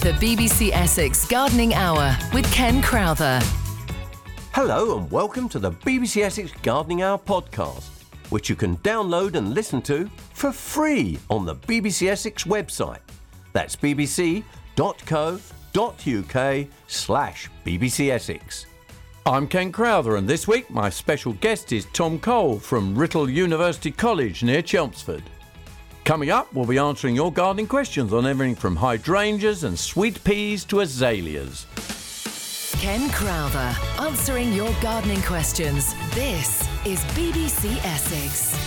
The BBC Essex Gardening Hour with Ken Crowther. Hello and welcome to the BBC Essex Gardening Hour podcast, which you can download and listen to for free on the BBC Essex website. That's bbc.co.uk slash BBC Essex. I'm Ken Crowther and this week my special guest is Tom Cole from Riddle University College near Chelmsford. Coming up, we'll be answering your gardening questions on everything from hydrangeas and sweet peas to azaleas. Ken Crowther answering your gardening questions. This is BBC Essex.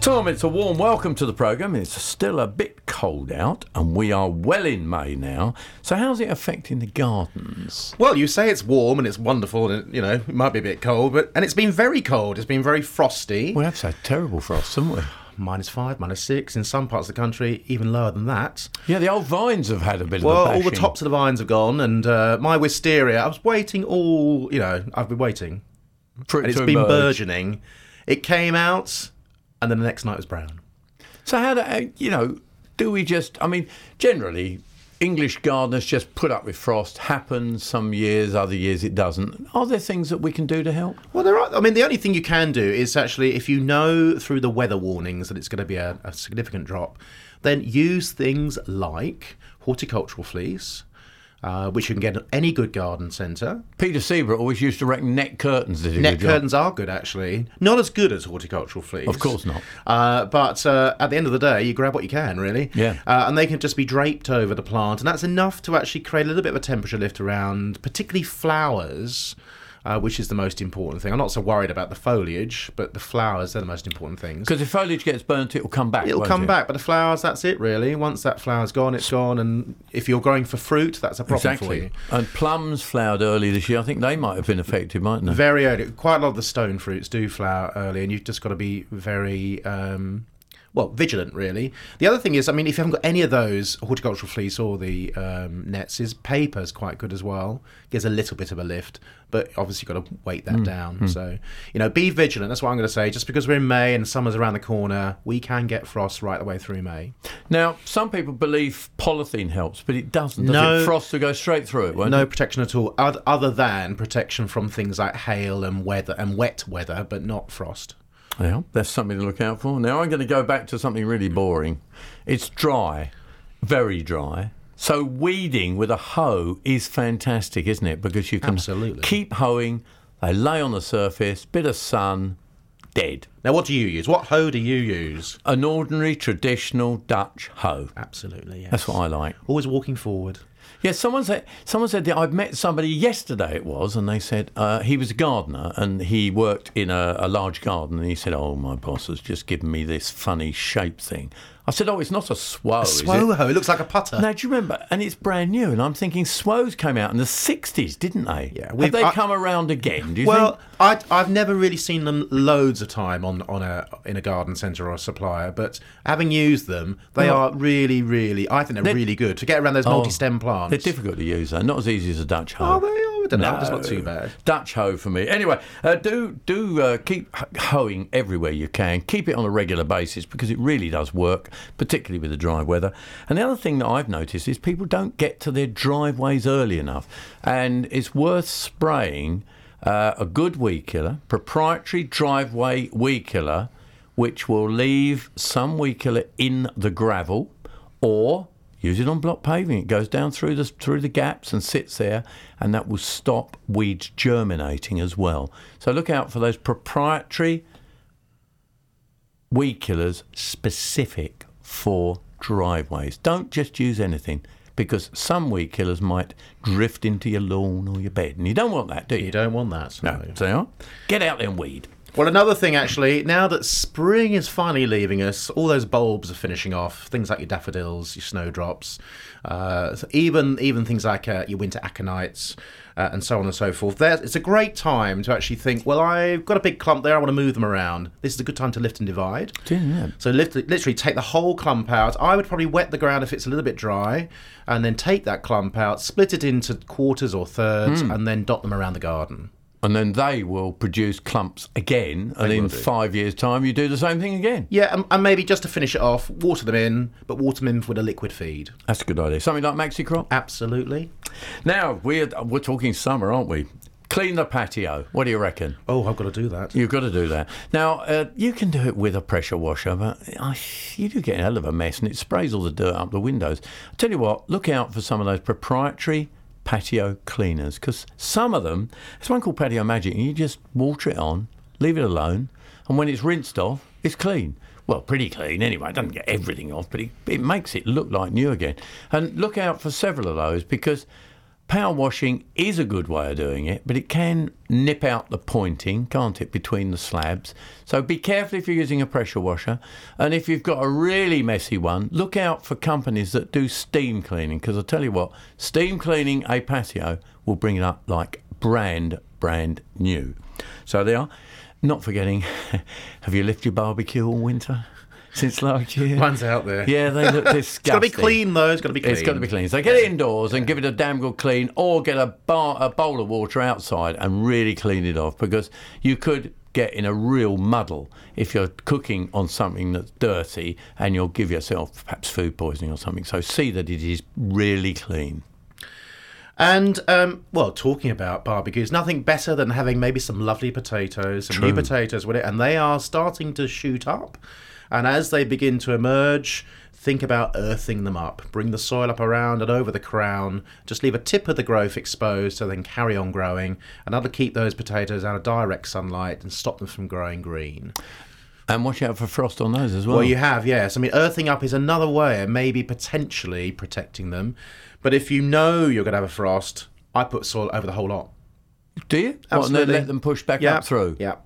Tom, it's a warm welcome to the programme. It's still a bit cold out, and we are well in May now. So, how's it affecting the gardens? Well, you say it's warm and it's wonderful, and you know it might be a bit cold, but and it's been very cold. It's been very frosty. We have had terrible frost, haven't we? Minus five, minus six in some parts of the country, even lower than that. Yeah, the old vines have had a bit Well, of a all the bashing. tops of the vines have gone, and uh, my wisteria. I was waiting all, you know, I've been waiting, for it and it's to been emerge. burgeoning. It came out, and then the next night was brown. So, how do uh, you know? Do we just? I mean, generally, English gardeners just put up with frost. Happens some years, other years it doesn't. Are there things that we can do to help? Well, there are. I mean, the only thing you can do is actually, if you know through the weather warnings that it's going to be a, a significant drop, then use things like horticultural fleece, uh, which you can get at any good garden centre. Peter Seabrook always used to reckon net curtains did a Net good job. curtains are good, actually. Not as good as horticultural fleece. Of course not. Uh, but uh, at the end of the day, you grab what you can, really. Yeah. Uh, and they can just be draped over the plant, and that's enough to actually create a little bit of a temperature lift around, particularly flowers. Uh, which is the most important thing? I'm not so worried about the foliage, but the flowers, they're the most important things. Because if foliage gets burnt, it'll come back. It'll won't come it? back, but the flowers, that's it really. Once that flower's gone, it's gone. And if you're growing for fruit, that's a problem for you. Exactly. And plums flowered early this year. I think they might have been affected, mightn't they? very early. Quite a lot of the stone fruits do flower early, and you've just got to be very um, well vigilant, really. The other thing is, I mean, if you haven't got any of those horticultural fleece or the um, nets, is paper's quite good as well. Gives a little bit of a lift, but obviously you've got to weight Hmm. that down. So you know, be vigilant. That's what I'm going to say. Just because we're in May and summer's around the corner, we can get frost right the way through May. Now, some people believe polythene helps, but it doesn't. Does No. it? Frost will go straight through it, won't No it? protection at all, oth- other than protection from things like hail and weather and wet weather, but not frost. Yeah, that's something to look out for. Now, I'm going to go back to something really boring. It's dry, very dry. So, weeding with a hoe is fantastic, isn't it? Because you can Absolutely. keep hoeing, they lay on the surface, bit of sun, dead. Now, what do you use? What hoe do you use? An ordinary, traditional Dutch hoe. Absolutely, yes. That's what I like. Always walking forward. Yeah, someone said someone said that I've met somebody yesterday. It was, and they said uh, he was a gardener and he worked in a, a large garden. And he said, "Oh, my boss has just given me this funny shape thing." I said, "Oh, it's not a swow, is Swow it?" hoe. It looks like a putter. Now, do you remember? And it's brand new. And I'm thinking, swows came out in the '60s, didn't they? Yeah, Have we've- they I- come around again? Do you well, think? I, I've never really seen them loads of time on, on a in a garden centre or a supplier, but having used them, they No. are really, really. I think they're, really good to get around those multi-stem plants. Oh, They're difficult to use, though. Not as easy as a Dutch hoe. Are they? Oh, I don't know. It's not too bad. Dutch hoe for me. Anyway, uh, do do uh, keep h- hoeing everywhere you can. Keep it on a regular basis because it really does work, particularly with the dry weather. And the other thing that I've noticed is people don't get to their driveways early enough, and it's worth spraying uh, a good weed killer, proprietary driveway weed killer, which will leave some weed killer in the gravel, or Use it on block paving. It goes down through the through the gaps and sits there, and that will stop weeds germinating as well. So look out for those proprietary weed killers specific for driveways. Don't just use anything because some weed killers might drift into your lawn or your bed, and you don't want that, do you? You don't want that. No. So yeah, get out there and weed. Well, another thing, actually, now that spring is finally leaving us, all those bulbs are finishing off. Things like your daffodils, your snowdrops, uh, so even even things like uh, your winter aconites, uh, and so on and so forth. There, it's a great time to actually think. Well, I've got a big clump there. I want to move them around. This is a good time to lift and divide. Yeah. So lift, literally take the whole clump out. I would probably wet the ground if it's a little bit dry, and then take that clump out, split it into quarters or thirds, and then dot them around the garden. Hmm. and then they will produce clumps again, and in five years' time, you do the same thing again. Yeah, and, and maybe just to finish it off, water them in, but water them in with a liquid feed. That's a good idea. Something like maxi crop. Absolutely. Now we're we're talking summer, aren't we? Clean the patio. What do you reckon? Oh, I've got to do that. You've got to do that. Now, uh, you can do it with a pressure washer, but I, you do get a hell of a mess and it sprays all the dirt up the windows. I tell you what, look out for some of those proprietary patio cleaners because some of them, there's one called Patio Magic, and you just water it on, leave it alone, and when it's rinsed off, it's clean. Well, pretty clean anyway. It doesn't get everything off, but it, it makes it look like new again. And look out for several of those because Power washing is a good way of doing it, but it can nip out the pointing, can't it, between the slabs? So be careful if you're using a pressure washer. And if you've got a really messy one, look out for companies that do steam cleaning, because I tell you what, steam cleaning a patio will bring it up like brand, brand new. So they are. Not forgetting, have you left your barbecue all winter since last year? Mine's out there. Yeah, they look disgusting. It's got to be clean, though. It's got to be clean. It's got to be clean. So get it indoors and give it a damn good clean, or get a, bar, a bowl of water outside and really clean it off because you could get in a real muddle if you're cooking on something that's dirty and you'll give yourself perhaps food poisoning or something. So see that it is really clean. And um, well, talking about barbecues, nothing better than having maybe some lovely potatoes, some new potatoes with it, and they are starting to shoot up. And as they begin to emerge, think about earthing them up. Bring the soil up around and over the crown. Just leave a tip of the growth exposed, so then carry on growing. And that'll keep those potatoes out of direct sunlight and stop them from growing green. And watch out for frost on those as well. Well, you have, yes. I mean, earthing up is another way of maybe potentially protecting them. But if you know you're going to have a frost, I put soil over the whole lot. Do you? What, and then Absolutely. let them push back Yeah. up through. Yeah.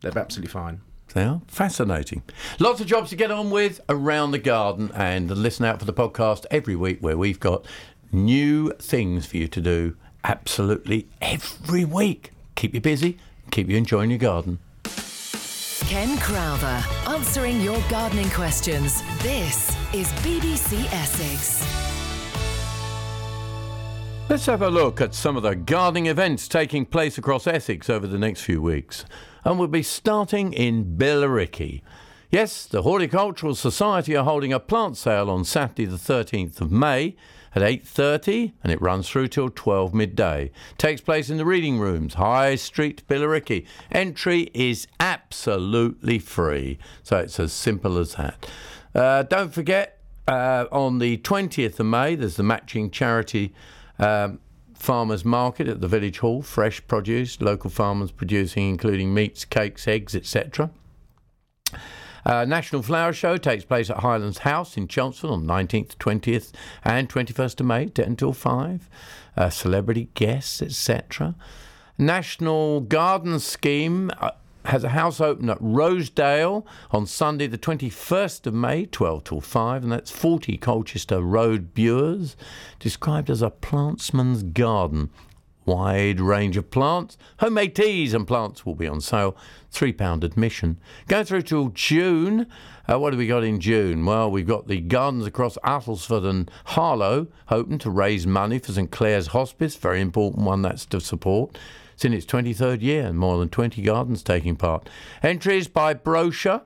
They're absolutely fine. They are fascinating. Lots of jobs to get on with around the garden, and listen out for the podcast every week where we've got new things for you to do absolutely every week. Keep you busy, keep you enjoying your garden. Ken Crowther, answering your gardening questions. This is BBC Essex. Let's have a look at some of the gardening events taking place across Essex over the next few weeks. And we'll be starting in Billericay. Yes, the Horticultural Society are holding a plant sale on Saturday the 13th of May at 8.30 and it runs through till 12 midday. Takes place in the reading rooms, High Street, Billericay. Entry is absolutely free, so it's as simple as that. Uh, don't forget, uh, on the 20th of May, there's the matching charity um, farmers market at the village hall. Fresh produce, local farmers producing, including meats, cakes, eggs, etc. Uh, National Flower Show takes place at Highlands House in Chelmsford on 19th, 20th, and 21st of May, 10 until 5. Uh, celebrity guests, etc. National Garden Scheme uh, has a house open at Rosedale on Sunday, the 21st of May, 12 till 5, and that's 40 Colchester Road, Bures, described as a plantsman's garden. Wide range of plants. Homemade teas and plants will be on sale. £3 admission. Going through till June. Uh, what have we got in June? Well, we've got the gardens across Attlesford and Harlow hoping to raise money for St Clair's Hospice. Very important one that's to support. It's in its 23rd year and more than 20 gardens taking part. Entries by brochure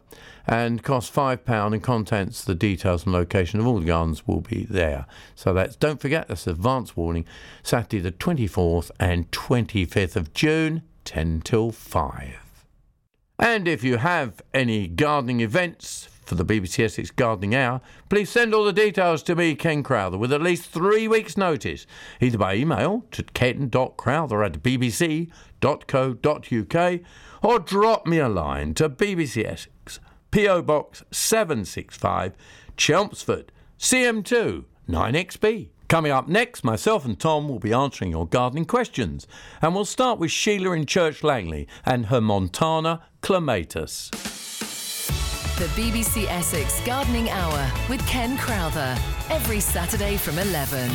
and cost £5 and contents, the details and location of all the gardens will be there. So that's, don't forget, that's advance warning, Saturday the 24th and 25th of June, 10 till 5. And if you have any gardening events for the BBC Essex Gardening Hour, please send all the details to me, Ken Crowther, with at least three weeks' notice, either by email to ken.crowther at bbc.co.uk or drop me a line to BBC Essex, P.O. Box 765, Chelmsford, CM2 9XB. Coming up next, myself and Tom will be answering your gardening questions, and we'll start with Sheila in Church Langley and her Montana clematis. The BBC Essex Gardening Hour with Ken Crowther. Every Saturday from 11.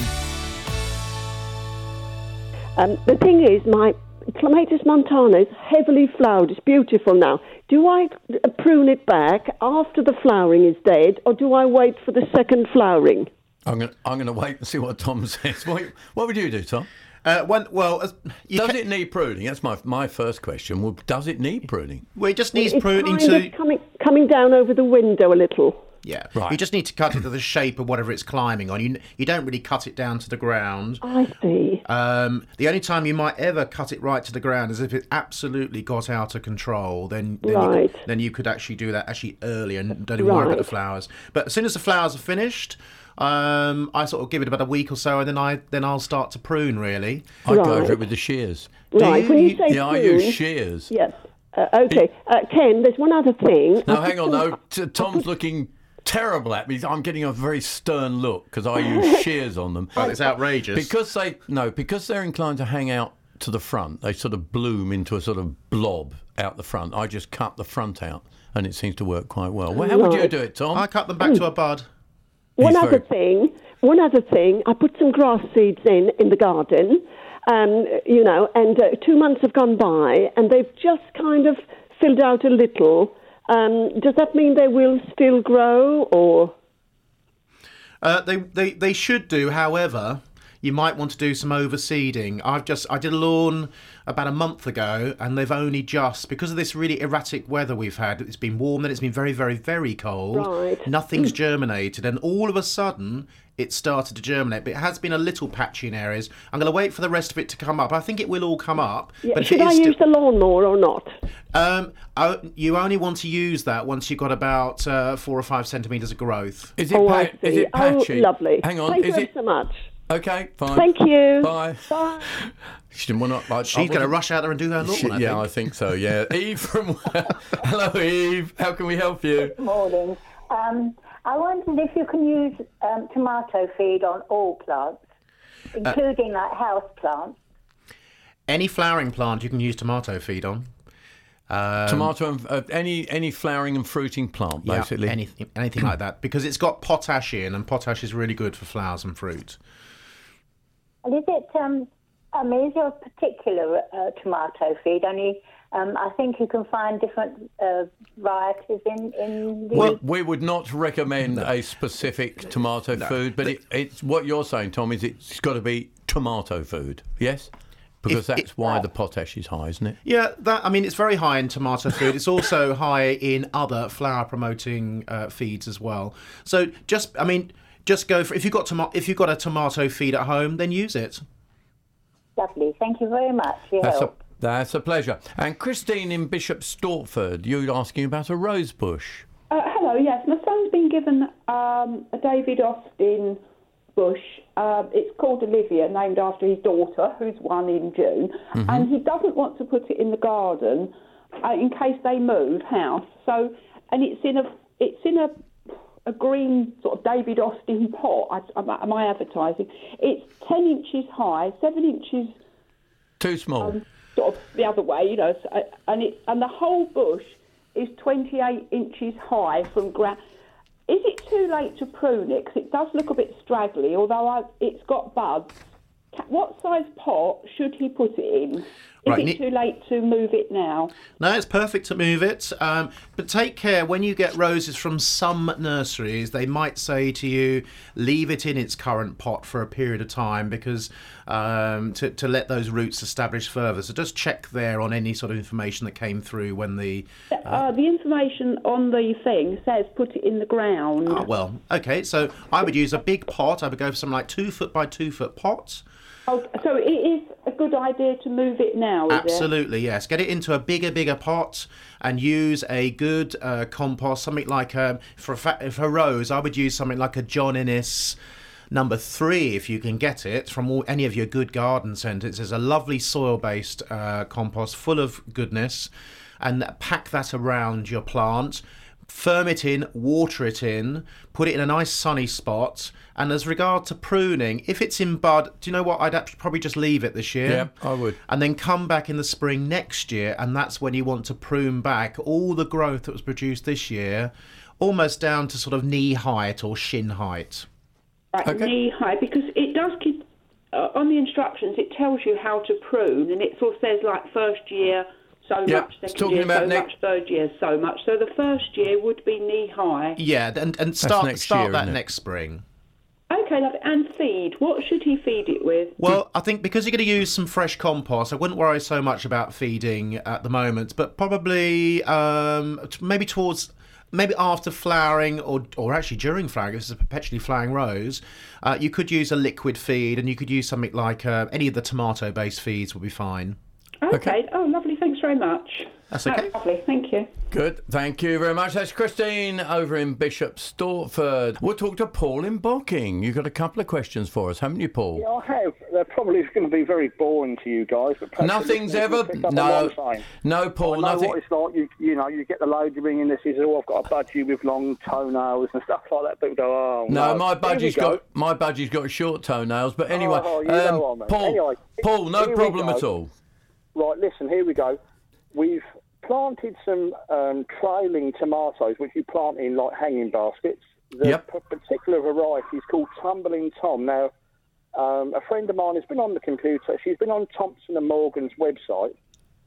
Um, the thing is, my clematis montana is heavily flowered. It's beautiful now. Do I uh, prune it back after the flowering is dead, or do I wait for the second flowering? I'm going to I'm going to wait and see what Tom says. What, what would you do, Tom? Uh, one, well, as- you Does ca- it need pruning? That's my my first question. Well, does it need pruning? well, it just needs it's pruning kind to. of coming coming down over the window a little. Yeah, Right. You just need to cut it to the shape of whatever it's climbing on. You n- you don't really cut it down to the ground. I see. Um, the only time you might ever cut it right to the ground is if it absolutely got out of control. Then then, you, Right. could, then you could actually do that actually early and don't even worry about the Right. flowers. But as soon as the flowers are finished, um, I sort of give it about a week or so, and then I then I'll start to prune really. I go over Right. it with the shears. Right, when you say yeah, I use prune- shears. Yes. Uh, okay, uh, Ken. There's one other thing. Now, I've hang just on, thought- though. T- Tom's looking terrible at me. I'm getting a very stern look because I use shears on them. Well, it's outrageous. Because they no, because they're inclined to hang out to the front. They sort of bloom into a sort of blob out the front. I just cut the front out, and it seems to work quite well. Well, how would you Right. do it, I Tom? cut them back to a bud. One He's other very- thing. One other thing. I put some grass seeds in in the garden. Um, you know, and uh, two months have gone by, and they've just kind of filled out a little. Um, does that mean they will still grow, or Uh, they, they they should do. However, you might want to do some overseeding. I've just I did a lawn about a month ago, and they've only just because of this really erratic weather we've had. It's been warm, then it's been very very very cold. Right. Nothing's germinated, and all of a sudden it started to germinate. But it has been a little patchy in areas. I'm going to wait for the rest of it to come up. I think it will all come up. but should it I is use still- the lawnmower or not? um, oh, you only want to use that once you've got about uh, four or five centimeters of growth. Is it, oh, pa- I see. is it patchy? Oh, lovely. Hang on, Thank is you it so much. okay? Fine. Thank you. Bye. Bye. She didn't want to. I, I She's going to wasn't- rush out there and do her lawn. She- I yeah, think. I think so. Yeah, Eve from. Hello, Eve. How can we help you? morning. Um, I wondered if you can use um, tomato feed on all plants, including like house plants. any flowering plant you can use tomato feed on. Um, Tomato and uh, any any flowering and fruiting plant, basically. Yeah, anything, anything like that, because it's got potash in, and potash is really good for flowers and fruit. And is it? Um, I mean, is your particular uh, tomato feed only? Um, I think you can find different uh, varieties in in the. Well, we would not recommend a specific tomato food, but it, it's what you're saying, Tom. Is it's got to be tomato food? Yes, because If it- that's why the potash is high, isn't it? Yeah, that I mean, it's very high in tomato food. It's also high in other flower promoting uh, feeds as well. So just, I mean, just go for if you've got tomato if you've got a tomato feed at home, then use it. lovely. Thank you very much for your That's a help. that's a pleasure. And Christine in Bishop Stortford, you asking about a rose bush. Uh, hello, yes. My son's been given um, a David Austin bush. Um, it's called Olivia, named after his daughter, who's one in June. And he doesn't want to put it in the garden uh, in case they move house. So, and it's in a it's in a a green sort of David Austin pot. I, am, I- am I advertising? It's ten inches high, seven inches Too small. Um, sort of the other way, you know, so, uh, and it and the whole bush is 28 inches high from ground. Is it too late to prune it? Because it does look a bit straggly, although I, it's got buds. Ca- What size pot should he put it in? Is Right, it Nick- too late to move it now? No, it's perfect to move it. Um, but take care when you get roses from some nurseries. They might say to you, leave it in its current pot for a period of time because um, to, to let those roots establish further. So just check there on any sort of information that came through when the. Ah. Uh, the information on the thing says put it in the ground. Ah, well, okay. So I would use a big pot. I would go for something like two foot by two foot pots. Oh, so it is a good idea to move it now, is it? Absolutely, yes. Get it into a bigger, bigger pot and use a good uh, compost, something like um, for a fa- for a rose. I would use something like a John Innes number three if you can get it from all, any of your good garden centres. There's a lovely soil-based uh, compost full of goodness, and pack that around your plant. Firm it in, water it in, put it in a nice sunny spot. And as regard to pruning, if it's in bud, do you know what? I'd act- probably just leave it this year Yeah, I would. and then come back in the spring next year and that's when you want to prune back all the growth that was produced this year almost down to sort of knee height or shin height Right, Okay. knee high because it does keep uh, on the instructions. It tells you how to prune, and it sort of says like first year so Yeah, much, it's second talking year about so next- much, third year so much. So the first year would be knee high. yeah and, and start next start year, that isn't it? next spring Okay, love. And feed. What should he feed it with? Well, I think because you're going to use some fresh compost, I wouldn't worry so much about feeding at the moment, but probably um, t- maybe towards. Maybe after flowering, or or actually during flowering, if this is a perpetually flowering rose, uh, you could use a liquid feed, and you could use something like uh, any of the tomato-based feeds would be fine. Okay. Oh, lovely. Thanks very much. That's okay. lovely. Thank you. Good. Thank you very much. That's Christine over in Bishop Stortford. We'll talk to Paul in Bocking. You've got a couple of questions for us, haven't you, Paul? I have. They're probably going to be very boring to you guys. But perhaps Nothing's the listeners ever. will pick up No. on what I'm saying. No, Paul, I know nothing. what it's like. You, you know, you get the load you bring in. This is, oh, I've got a budgie with long toenails and stuff like that. People go, oh, No, no my There we budgie's go. got my budgie's got short toenails. But anyway, um, oh, you know what I mean. Paul, Anyway, Paul, no here we problem go. at all. Right, listen, here we go. We've planted some um, trailing tomatoes, which you plant in like hanging baskets. The Yep. p- particular variety is called Tumbling Tom. Now, um, a friend of mine has been on the computer. She's been on Thompson and Morgan's website.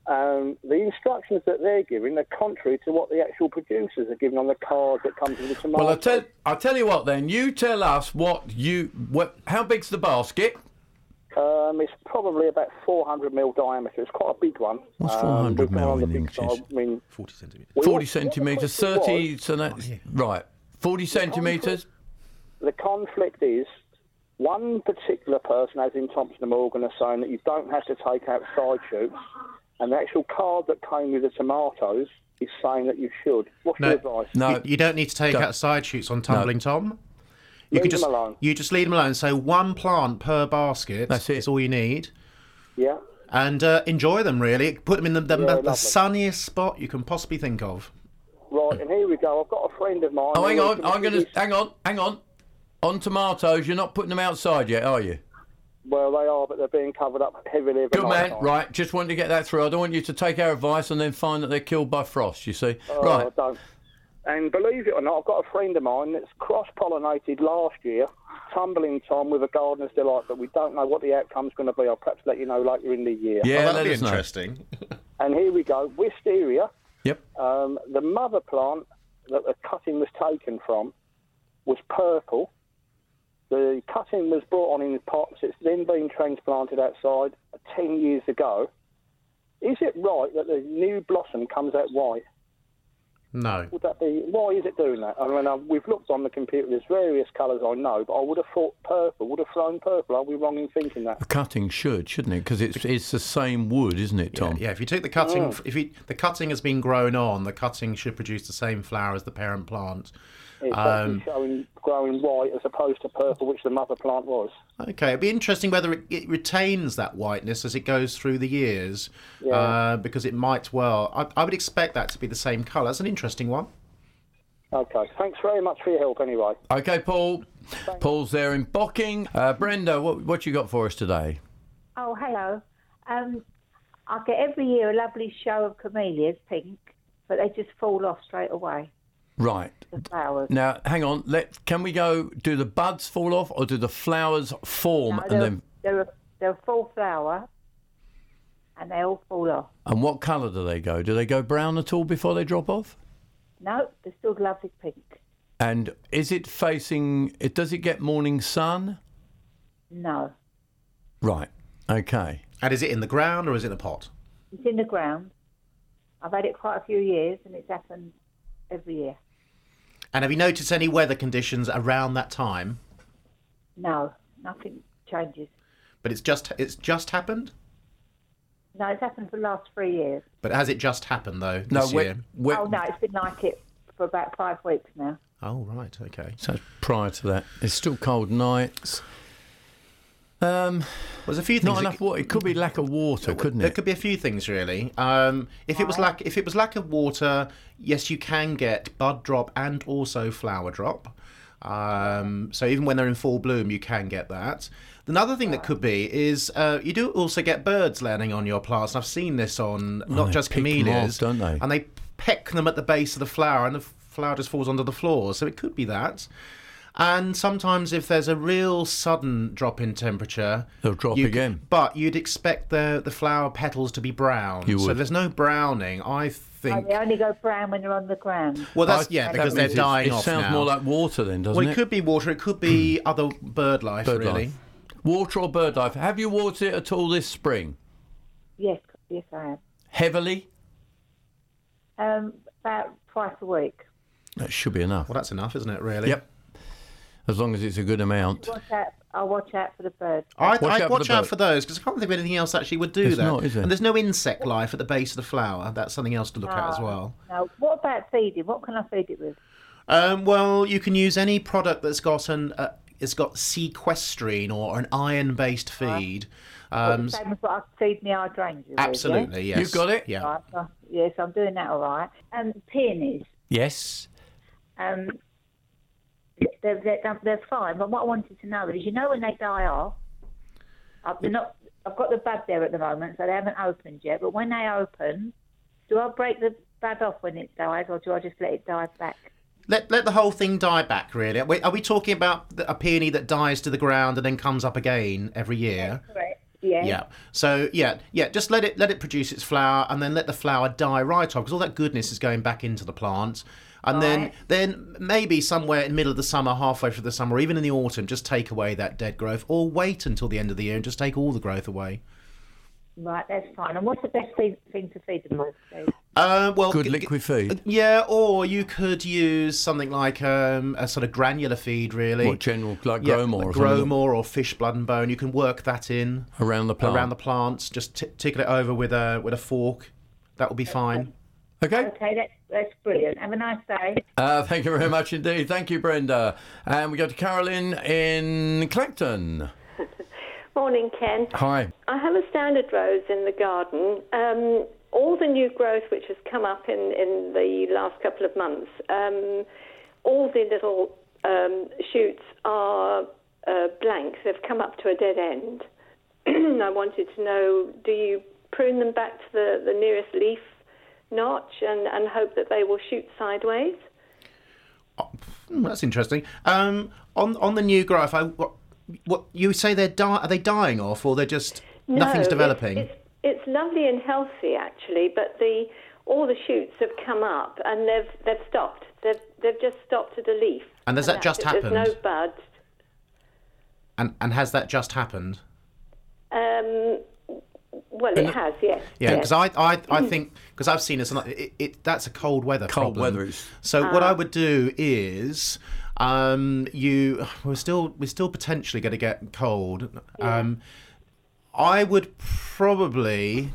Um, the instructions that they're giving are contrary to what the actual producers are giving on the card that comes with the tomato. Well, I tell I tell you what. Then you tell us what you what. How big's the basket? Um, it's probably about 400 mil diameter. It's quite a big one. What's Um, 400 we've gone mil on the in big inches? side. I mean, Forty centimeters. we all- Forty the other centimeters, question was- thirty. So that's right. Forty centimeters. the conflict is one particular person, as in Thompson and Morgan, are saying that you don't have to take out side shoots, and the actual card that came with the tomatoes is saying that you should. What's No. your advice? No, You, you don't need to take Don't. out side shoots on Tumbling Tom. You Leave them could just alone. you just leave them alone. So one plant per basket. That's it. That's all you need. Yeah. and uh, enjoy them really. Put them in the, the, Yeah, the lovely. sunniest spot you can possibly think of. Right, and here we go. I've got a friend of mine. Oh, hang who- on. I'm gonna hang on. Hang on. On tomatoes, you're not putting them outside yet, are you? Well, they are, but they're being covered up heavily. Good man. Right. Just wanted to get that through. I don't want you to take our advice and then find that they're killed by frost. You see. right. Oh, I don't. And believe it or not, I've got a friend of mine that's cross pollinated last year, tumbling Tom with a gardener's delight, but we don't know what the outcome's going to be. I'll perhaps let you know later in the year. Yeah. Oh, that'd let be us know. interesting. And here we go. Wisteria, Yep. um, the mother plant that the cutting was taken from was purple. The cutting was brought on in pots. It's then been transplanted outside 10 years ago. Is it right that the new blossom comes out white? No, Would that be why is it doing that? I mean, uh, we've looked on the computer. There's various colours I know, but I would have thought purple. Would have flown purple. Are we wrong in thinking that? The cutting should, shouldn't it? Because it's it's the same wood, isn't it, Tom? yeah. If you take the cutting, Mm. if you, the cutting has been grown on, the cutting should produce the same flower as the parent plant. It's Um, actually showing growing white as opposed to purple, which the mother plant was. Okay, it'd be interesting whether it, it retains that whiteness as it goes through the years, uh, because it might well. I, I would expect that to be the same colour. That's an interesting one. Okay. Thanks very much for your help. Anyway. Okay, Paul. Paul's there in Bocking. Uh, Brenda, what what you got for us today? Oh, hello. Um, I get every year a lovely show of camellias, pink, but they just fall off straight away. Right The flowers. now, hang on. Let can we go? Do the buds fall off, or do the flowers form No, and they're, then? they're, a, they're a full flower, and they all fall off. And what colour do they go? Do they go brown at all before they drop off? No, they're still lovely pink. And is it facing? It does it get morning sun? No, Right. Okay. And is it in the ground or is it in a pot? it's in the ground. I've had it quite a few years, and it's happened every year. And have you noticed any weather conditions around that time? No, nothing changes. But it's just it's just happened. No, it's happened for the last three years. But has it just happened though No. this we- year? we- Oh no, it's been like it for about five weeks now. Oh right, okay. So prior to that, it's still cold nights. Um, Well, there's a few things. not that- enough water. It could be lack of water, couldn't There it? could be a few things really. Um, if it was lack, if it was lack of water, yes, you can get bud drop and also flower drop. Um, so even when they're in full bloom, you can get that. Another thing that could be is uh, you do also get birds landing on your plants. And I've seen this on not Oh, they just pick them off, camellias, don't they? And they peck them at the base of the flower, and the flower just falls onto the floor. So it could be that. And sometimes, if there's a real sudden drop in temperature, They'll drop you- again. But you'd expect the the flower petals to be brown. You So would. there's no browning. I Oh, think. they only go brown when they're on the ground. Well, that's I- yeah, that because means they're it's- dying It off sounds now. more like water then, doesn't well, it it? could be water. It could be other bird life, Bird really. life. Water or bird life. Have you watered it at all this spring? Yes, yes, I Heavily? have. Um, about twice a week. That should be enough. Well, that's enough, isn't it? Really. Yep. As long as it's a good amount. Watch out! I watch out for the birds. I Watch out I for watch the out bird. for those because I can't think of anything else actually would do It's that. not, is it? And there's no insect life at the base of the flower. That's something else to look at as well. Ah. Now, what about feeding? What can I feed it with? Um, well, you can use any product that's got an uh, it's got sequestrine or an iron-based feed. Um, Same as what I feed my hydrangeas. With, absolutely, yes. You've got it? yeah? Yeah. Right, uh, yes, I'm doing that all right. Um, peonies. Yes. Um, they're, they're, they're fine. But what I wanted to know is, you know, when they die off, I've, they're not, I've got the bud there at the moment, so they haven't opened yet. But when they open, do I break the bud off when it dies, or do I just let it die back? Let let the whole thing die back. Really, are we, are we talking about the- a peony that dies to the ground and then comes up again every year? Correct. Yeah. Yeah. So yeah, yeah. Just let it let it produce its flower, and then let the flower die right off because all that goodness is going back into the plant. And then Right. then maybe somewhere in the middle of the summer, halfway through the summer, or even in the autumn, just take away that dead growth, or wait until the end of the year and just take all the growth away. Right, that's fine. And what's the best thing, thing to feed them with? please? Uh, well, Good g- g- liquid feed. Yeah, or you could use something like um, a sort of granular feed, really. What general, like Yeah, Gromor or like something? Gromor or fish blood and bone. You can work that in Around the plant. around the plants. Just t- tickle it over with a with a fork. That will be fine. Okay. Okay, that's, that's brilliant. Have a nice day. Uh, thank you very much indeed. Thank you, Brenda. And we go to Carolyn in Clacton. Morning, Ken. Hi. I have a standard rose in the garden. Um, all the new growth which has come up in, in the last couple of months, um, all the little um, shoots are uh, blank. They've come up to a dead end. I wanted to know do you prune them back to the, the nearest leaf notch and, and hope that they will shoot sideways? Hmm, that's interesting. Um, on on the new growth, I what, what you say they're di- are they dying off or they're just nothing's it's- developing? It's, it's, lovely and healthy actually, but the all the shoots have come up and they've they've stopped. They've they've just stopped at a leaf. And has that that's just it. There's no happened? buds. and and has that just happened? Um, well, it has, yes. Yeah, yes. because I, I, I think because I've seen this, and I- it, it that's a cold weather. Cold problem. weather, it's- So what I would do is, um, you we're still we're still potentially going to get cold. Um, I would probably.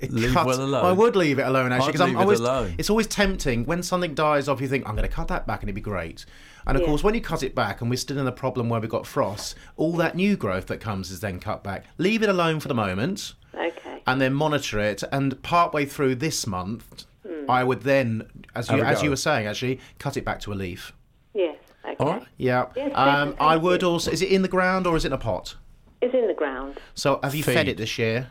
c- Leave cut- well alone. I would leave it alone actually I'd because I'm leave it always alone. it's always tempting when something dies off. You think I'm going to cut that back and it'd be great. And of course, when you cut it back and we're still in the problem where we've got frost, all that new growth that comes is then cut back. Leave it alone for the moment Okay. and then monitor it. And partway through this month, Hmm. Hmm. I would then, as you Have a as go. you were saying, actually cut it back to a leaf. Yes. Okay. All right. Yeah. Yes, um, definitely. I would also. Is it in the ground or is it in a pot? It's in the ground. So have you fed Feed. it this year?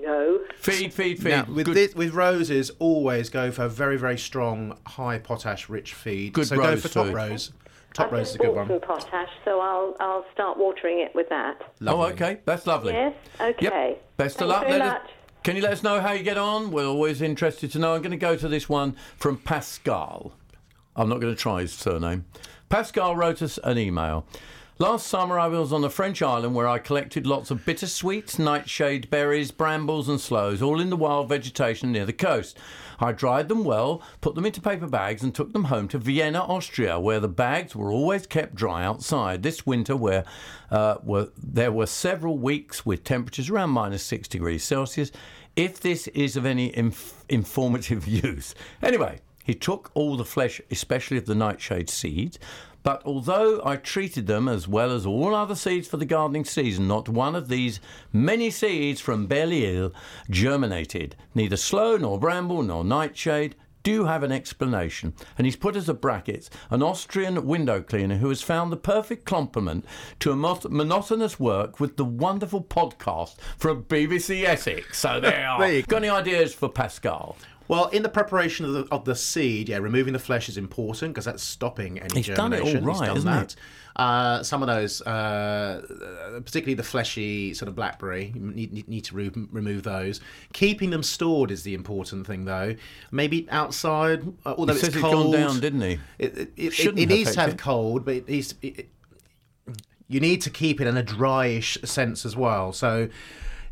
No. Feed, feed, feed. Now, with Good- this, with roses, always go for a very very strong, high potash rich feed. Good so rose go for top food. rose. Top I've rose just is a good bought some one. potash, so I'll I'll start watering it with that. Oh, okay. That's lovely. Yes. Okay. Yep. Best of Thanks luck. very Let us- much. can you let us know how you get on? We're always interested to know. I'm going to go to this one from Pascal. I'm not going to try his surname. Pascal wrote us an email. Last summer, I was on a French island where I collected lots of bittersweet, nightshade berries, brambles, and sloes, all in the wild vegetation near the coast. I dried them well, put them into paper bags, and took them home to Vienna, Austria, where the bags were always kept dry outside. This winter, where uh, were, there were several weeks with temperatures around minus six degrees Celsius. If this is of any inf- informative use, anyway. He took all the flesh, especially of the nightshade seeds. But although I treated them as well as all other seeds for the gardening season, not one of these many seeds from Belle Isle germinated. Neither sloe nor bramble nor nightshade do have an explanation. And he's put as a brackets an Austrian window cleaner who has found the perfect complement to a mot- monotonous work with the wonderful podcast from BBC Essex. So there you are. There you go. Got any ideas for Pascal? Well, in the preparation of the, of the seed, yeah, removing the flesh is important because that's stopping any He's done it all germination. right, He's hasn't done he? that. Uh, some of those, uh, particularly the fleshy sort of blackberry, you need, need- need to re- remove those. Keeping them stored is the important thing, though. Maybe outside, uh, although He it's says he's gone cold. down, didn't he? It, it, it, Shouldn't it needs to affect have it. cold, but it needs it, it, you need to keep it in a dryish sense as well. So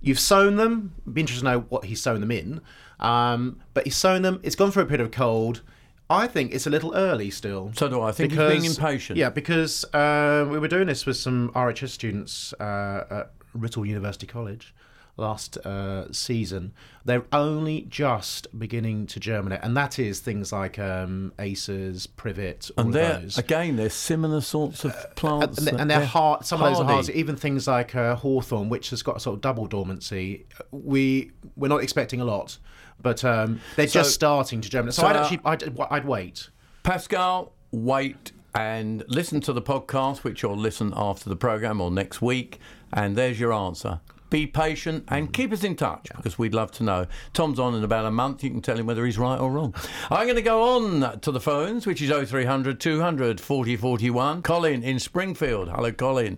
you've sown them. Be interested to know what he's sown them in. Um, but he's sown them. It's gone through a period of cold. I think it's a little early still. So do I. I think he's being impatient. Yeah, because uh, we were doing this with some RHS students uh, at Rital University College last uh, season. They're only just beginning to germinate, and that is things like um, aces, privet, all And of they're those. Uh, again, they're similar sorts of And, plants, they- that and they're hard. Some of those are hardy. hard. Even things like uh, hawthorn, which has got a sort of double dormancy. We we're not expecting a lot, but um, they're just starting to germinate. So, so, I'd uh, actually I'd, I'd wait. Pascal, wait and listen to the podcast, which you'll listen after the program or next week. And there's your answer. Be patient Mm. and keep us in touch because we'd love to know. Tom's on in about a month. You can tell him whether he's right or wrong. I'm going to go on to the phones, which is 0300 200 40 41. Colin in Springfield. Hello, Colin.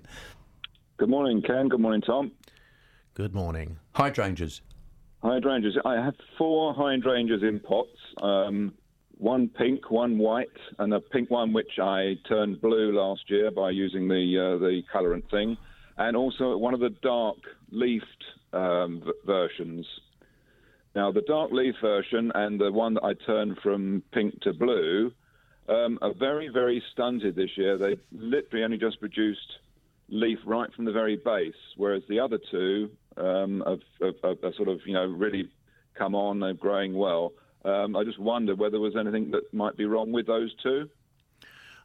Good morning, Ken. Good morning, Tom. Good morning. Hydrangeas. Hydrangeas. I have four hydrangeas in pots. Um, one pink, one white, and a pink one which I turned blue last year by using the uh, the colourant thing, and also one of the dark leafed um, v- versions. Now the dark leaf version and the one that I turned from pink to blue um, are very very stunted this year. They literally only just produced leaf right from the very base, whereas the other two um, have, have, have, have sort of, you know, really come on, they're growing well. Um, I just wonder whether there was anything that might be wrong with those two.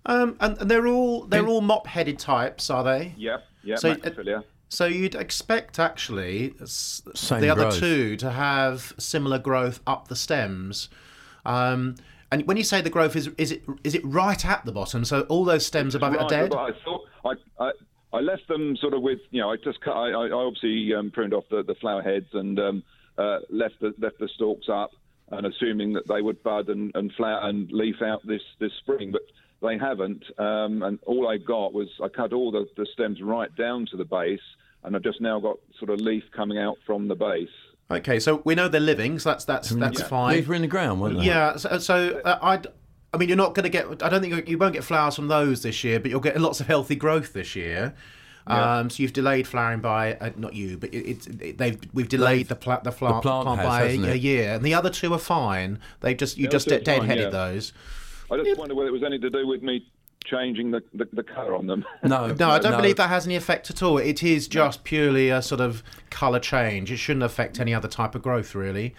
Um, and, and they're all they're all mop-headed types, are they? Yep, yep, So, uh, Macrophilia. So you'd expect actually s- Same the growth. other two to have similar growth up the stems. Um, and when you say the growth is is it is it right at the bottom? So all those stems above it are Right, dead. but I thought I, I, I left them sort of with, you know, I just cut, I, I I obviously um, pruned off the, the flower heads and um, uh, left the left the stalks up, and assuming that they would bud and, and flower and leaf out this this spring, but they haven't. Um, and all I got was I cut all the, the stems right down to the base, and I've just now got sort of leaf coming out from the base. Okay, so we know they're living, so that's that's that's fine. These were in the ground, weren't they? Yeah, so, so uh, I'd. I mean, you're not going to get. I don't think you you won't get flowers from those this year, but you'll get lots of healthy growth this year. Um, so you've delayed flowering by uh, not you, but it, it, it- they've we've delayed the, pla- the, plant, plant has, by hasn't a it? year, and the other two are fine. They just you The just other two are fine, deadheaded yeah. those. I just wonder whether it was anything to do with me changing the, the, the colour on them. No, No, I don't believe that has any effect at all. It is just purely a sort of colour change. It shouldn't affect any other type of growth, really.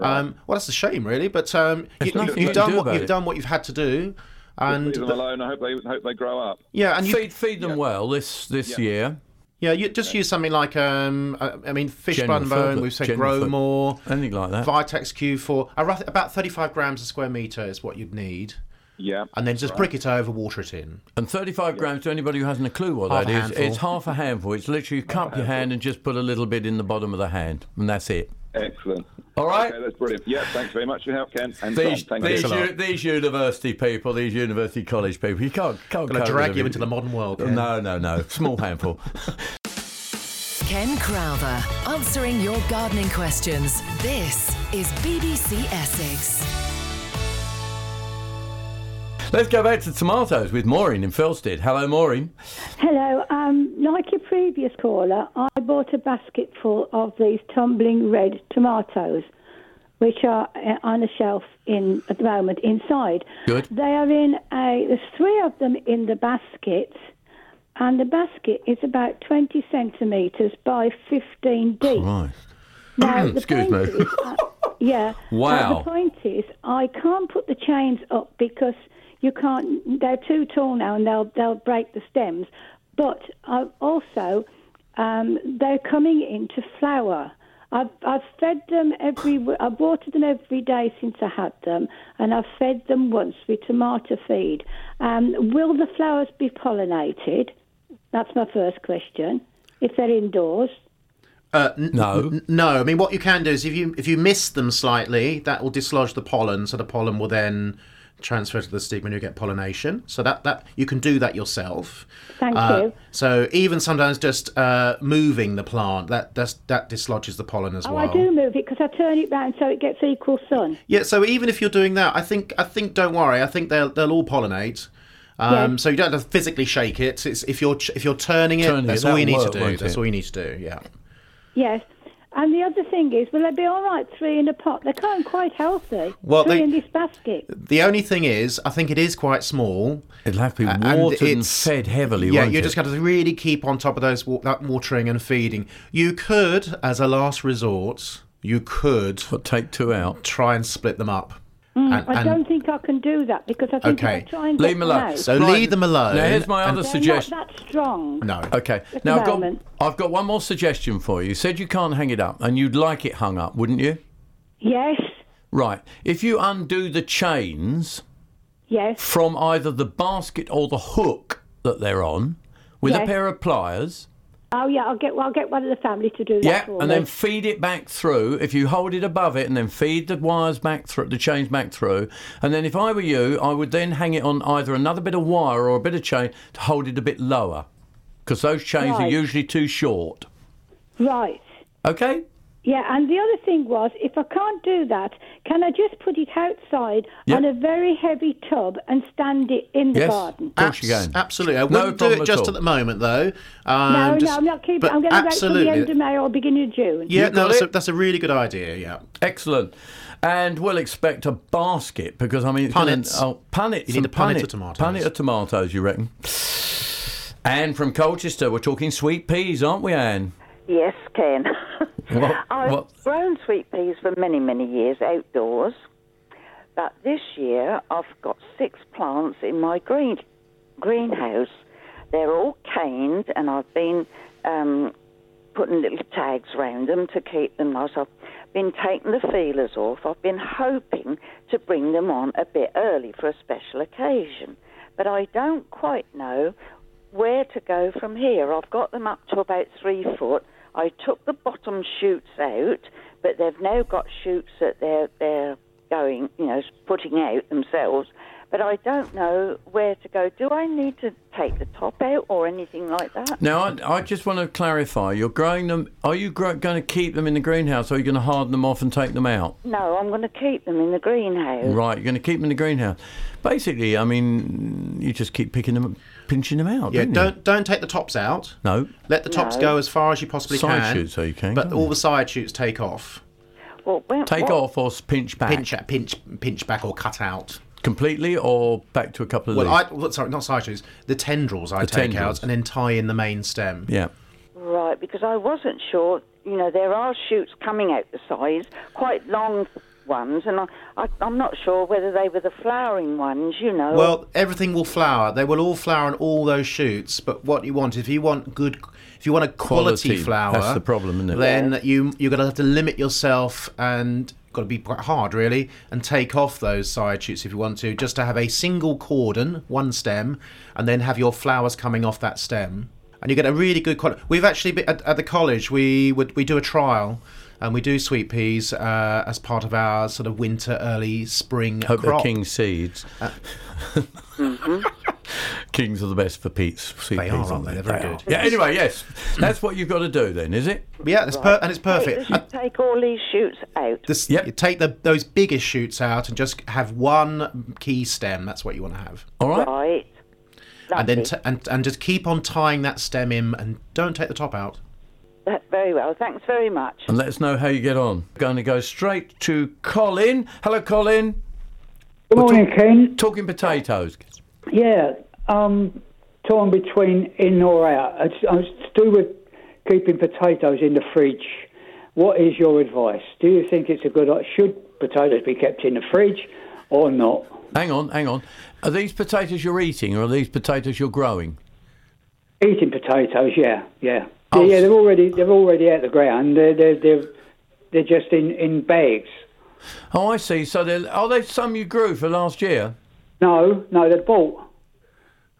Um, well, that's a shame, really. But um, you, nothing you can you've done do what about you've it. done what you've had to do, and Leave them the- alone. I hope they hope they grow up. yeah, and you Feed, feed them well this this year. Yeah, you just use something like um, I I mean, fish General bun food, bone. but We've said general grow food. more. Anything like that. Vitex Q4. A rough- About 35 grams a square meter is what you'd need, Yeah. and then just brick it over, water it in. And 35 grams to anybody who hasn't a clue what Half that a is, handful. it's half a handful. It's literally you cup your hand and just put a little bit in the bottom of the hand, and that's it. Excellent. All right. Okay, that's brilliant. Yeah, thanks very much for your help, Ken. And These, Tom, thank these, you. a lot. u- these university people, these university college people, you can't, can't Gonna cope with drag them. you into the modern world, Ken. No, no, no. Small handful. Ken Crowther, answering your gardening questions. This is BBC Essex. Let's go back to tomatoes with Maureen in Felsted. Hello, Maureen. Hello. Um, like your previous caller, I bought a basket full of these tumbling red tomatoes, which are uh, on a shelf in at the moment inside. Good. They are in a. There's three of them in the basket, and the basket is about 20 centimeters by 15 deep. Right. Now, the Excuse point me. is, uh, yeah. Wow. Uh, the point is, I can't put the chains up because you can't. They're too tall now, and they'll they'll break the stems. But I also, um, they're coming into flower. I've I've fed them every. w- I've watered them every day since I had them, and I've fed them once with tomato feed. Um, will the flowers be pollinated? That's my first question. If they're indoors. Uh, n- No. n- no. I mean, what you can do is if you if you miss them slightly, that will dislodge the pollen, so the pollen will then transfer to the stigma, and you get pollination. So that that you can do that yourself. Thank Uh, you. So even sometimes just uh, moving the plant that that's, that dislodges the pollen as Oh, well. I do move it because I turn it round so it gets equal sun. Yeah, so even if you're doing that, I think I think don't worry. I think they'll they'll all pollinate. Um, Yeah. So you don't have to physically shake it. It's if you're ch- if you're turning it, Turning it, that's all you that'll need work, to do. won't That's it? all you need to do. Yeah. Yes. And the other thing is, will they be all right three in a pot? They can't quite healthy. Well, three they- in this basket. Uh, The only thing is, I think it is quite small. It'll have to be a- watered and, it's- fed heavily, Yeah, won't you're it? just going to really keep on top of those wa- that watering and feeding. You could, as a last resort, you could But take two out. try and split them up. And- Hmm, I and- don't think I can do that because I think Okay. if I try and Leave get them alone. out, So leave them alone Now, here's my and- other they're suggestion. not that strong. no. Okay. At Now the I've got moment. I've got one more suggestion for you. You said you can't hang it up and you'd like it hung up, wouldn't you? Yes, Right. If you undo the chains yes, from either the basket or the hook that they're on with a Yes. pair of pliers, Oh yeah, I'll get well, I'll get one of the family to do that yeah, for and me. then feed it back through. If you hold it above it and then feed the wires back through, the chains back through, and then if I were you, I would then hang it on either another bit of wire or a bit of chain to hold it a bit lower because those chains are Right. usually too short. right. Okay? Yeah, and the other thing was, if I can't do that, can I just put it outside Yeah. on a very heavy tub and stand it in the Yes. garden? Of course you Abs- can. Absolutely. I No wouldn't do problem it at just all. at the moment, though. Um, no, just- no, I'm not keeping. but I'm going to wait till absolutely. the end of May or beginning of June. Yeah, got no, that's a, it? that's a really good idea. Yeah. Excellent. And we'll expect a basket because I mean it's Punnets. Gonna, oh, punnets. You need and a punnet punnet- of tomatoes. Punnet of tomatoes, you reckon? And from Colchester, we're talking sweet peas, aren't we, Anne? Yes, Ken. What? I've what? grown sweet peas for many, many years outdoors, but this year I've got six plants in my green greenhouse. They're all caned, and I've been um, putting little tags round them to keep them nice. I've been taking the feelers off. I've been hoping to bring them on a bit early for a special occasion, but I don't quite know where to go from here. I've got them up to about three foot. I took the bottom shoots out, but they've now got shoots that they're they're going, you know, putting out themselves. But I don't know where to go. Do I need to take the top out or anything like that? Now, I, I just want to clarify: you're growing them. Are you gro- going to keep them in the greenhouse, or are you going to harden them off and take them out? No, I'm going to keep them in the greenhouse. Right, you're going to keep them in the greenhouse. Basically, I mean, you just keep picking them, pinching them out. Yeah, don't you? don't don't take the tops out. No. Let the tops No. go as far as you possibly Side can. shoots, so you can, But can't all you? the side shoots take off. Well, when, Take what- off or s- pinch back Pinch at pinch pinch back or cut out. completely, or back to a couple of Well, leaves. I well, sorry, not side shoots. The tendrils I The take tendrils. out and then tie in the main stem. yeah. Right, because I wasn't sure. You know, there are shoots coming out the sides, quite long ones, and I, I, I'm not sure whether they were the flowering ones. You know. Well, everything will flower. They will all flower on all those shoots. But what you want, if you want good, if you want a quality, Quality. flower, That's the problem, isn't it? Then you you're gonna have to limit yourself and got to be quite hard really, and take off those side shoots if you want to, just to have a single cordon, one stem, and then have your flowers coming off that stem. And you get a really good quality. We've actually been, at, at the college we would we do a trial. And we do sweet peas uh, as part of our sort of winter, early spring Hope crop. Uh. they're king seeds. Kings are the best for Pete's. Seed They peas, are, aren't they? They're very are. good. Yeah. Anyway, yes, that's what you've got to do then, is it? Yeah, it's per- and it's perfect. Take, And- the- take all these shoots out. This, Yep. You take the, those biggest shoots out and just have one key stem. That's what you want to have, All right. right. and then Lovely. t- and and just keep on tying that stem in, and don't take the top out. That- very well. Thanks very much. And let us know how you get on. Going to go straight to Colin. Hello, Colin. Good morning, Ken. Talking potatoes. Yeah, um, torn between in or out. It's, it's to do with keeping potatoes in the fridge. What is your advice? Do you think it's a good idea? Should potatoes be kept in the fridge or not? Hang on, hang on. Are these potatoes you're eating, or are these potatoes you're growing? Eating potatoes, yeah, yeah, Oh. yeah. They're already they're already out the ground. They're they're they're, they're just in, in bags. Oh, I see. So they're, are they some you grew for last year? No, no, they're bought.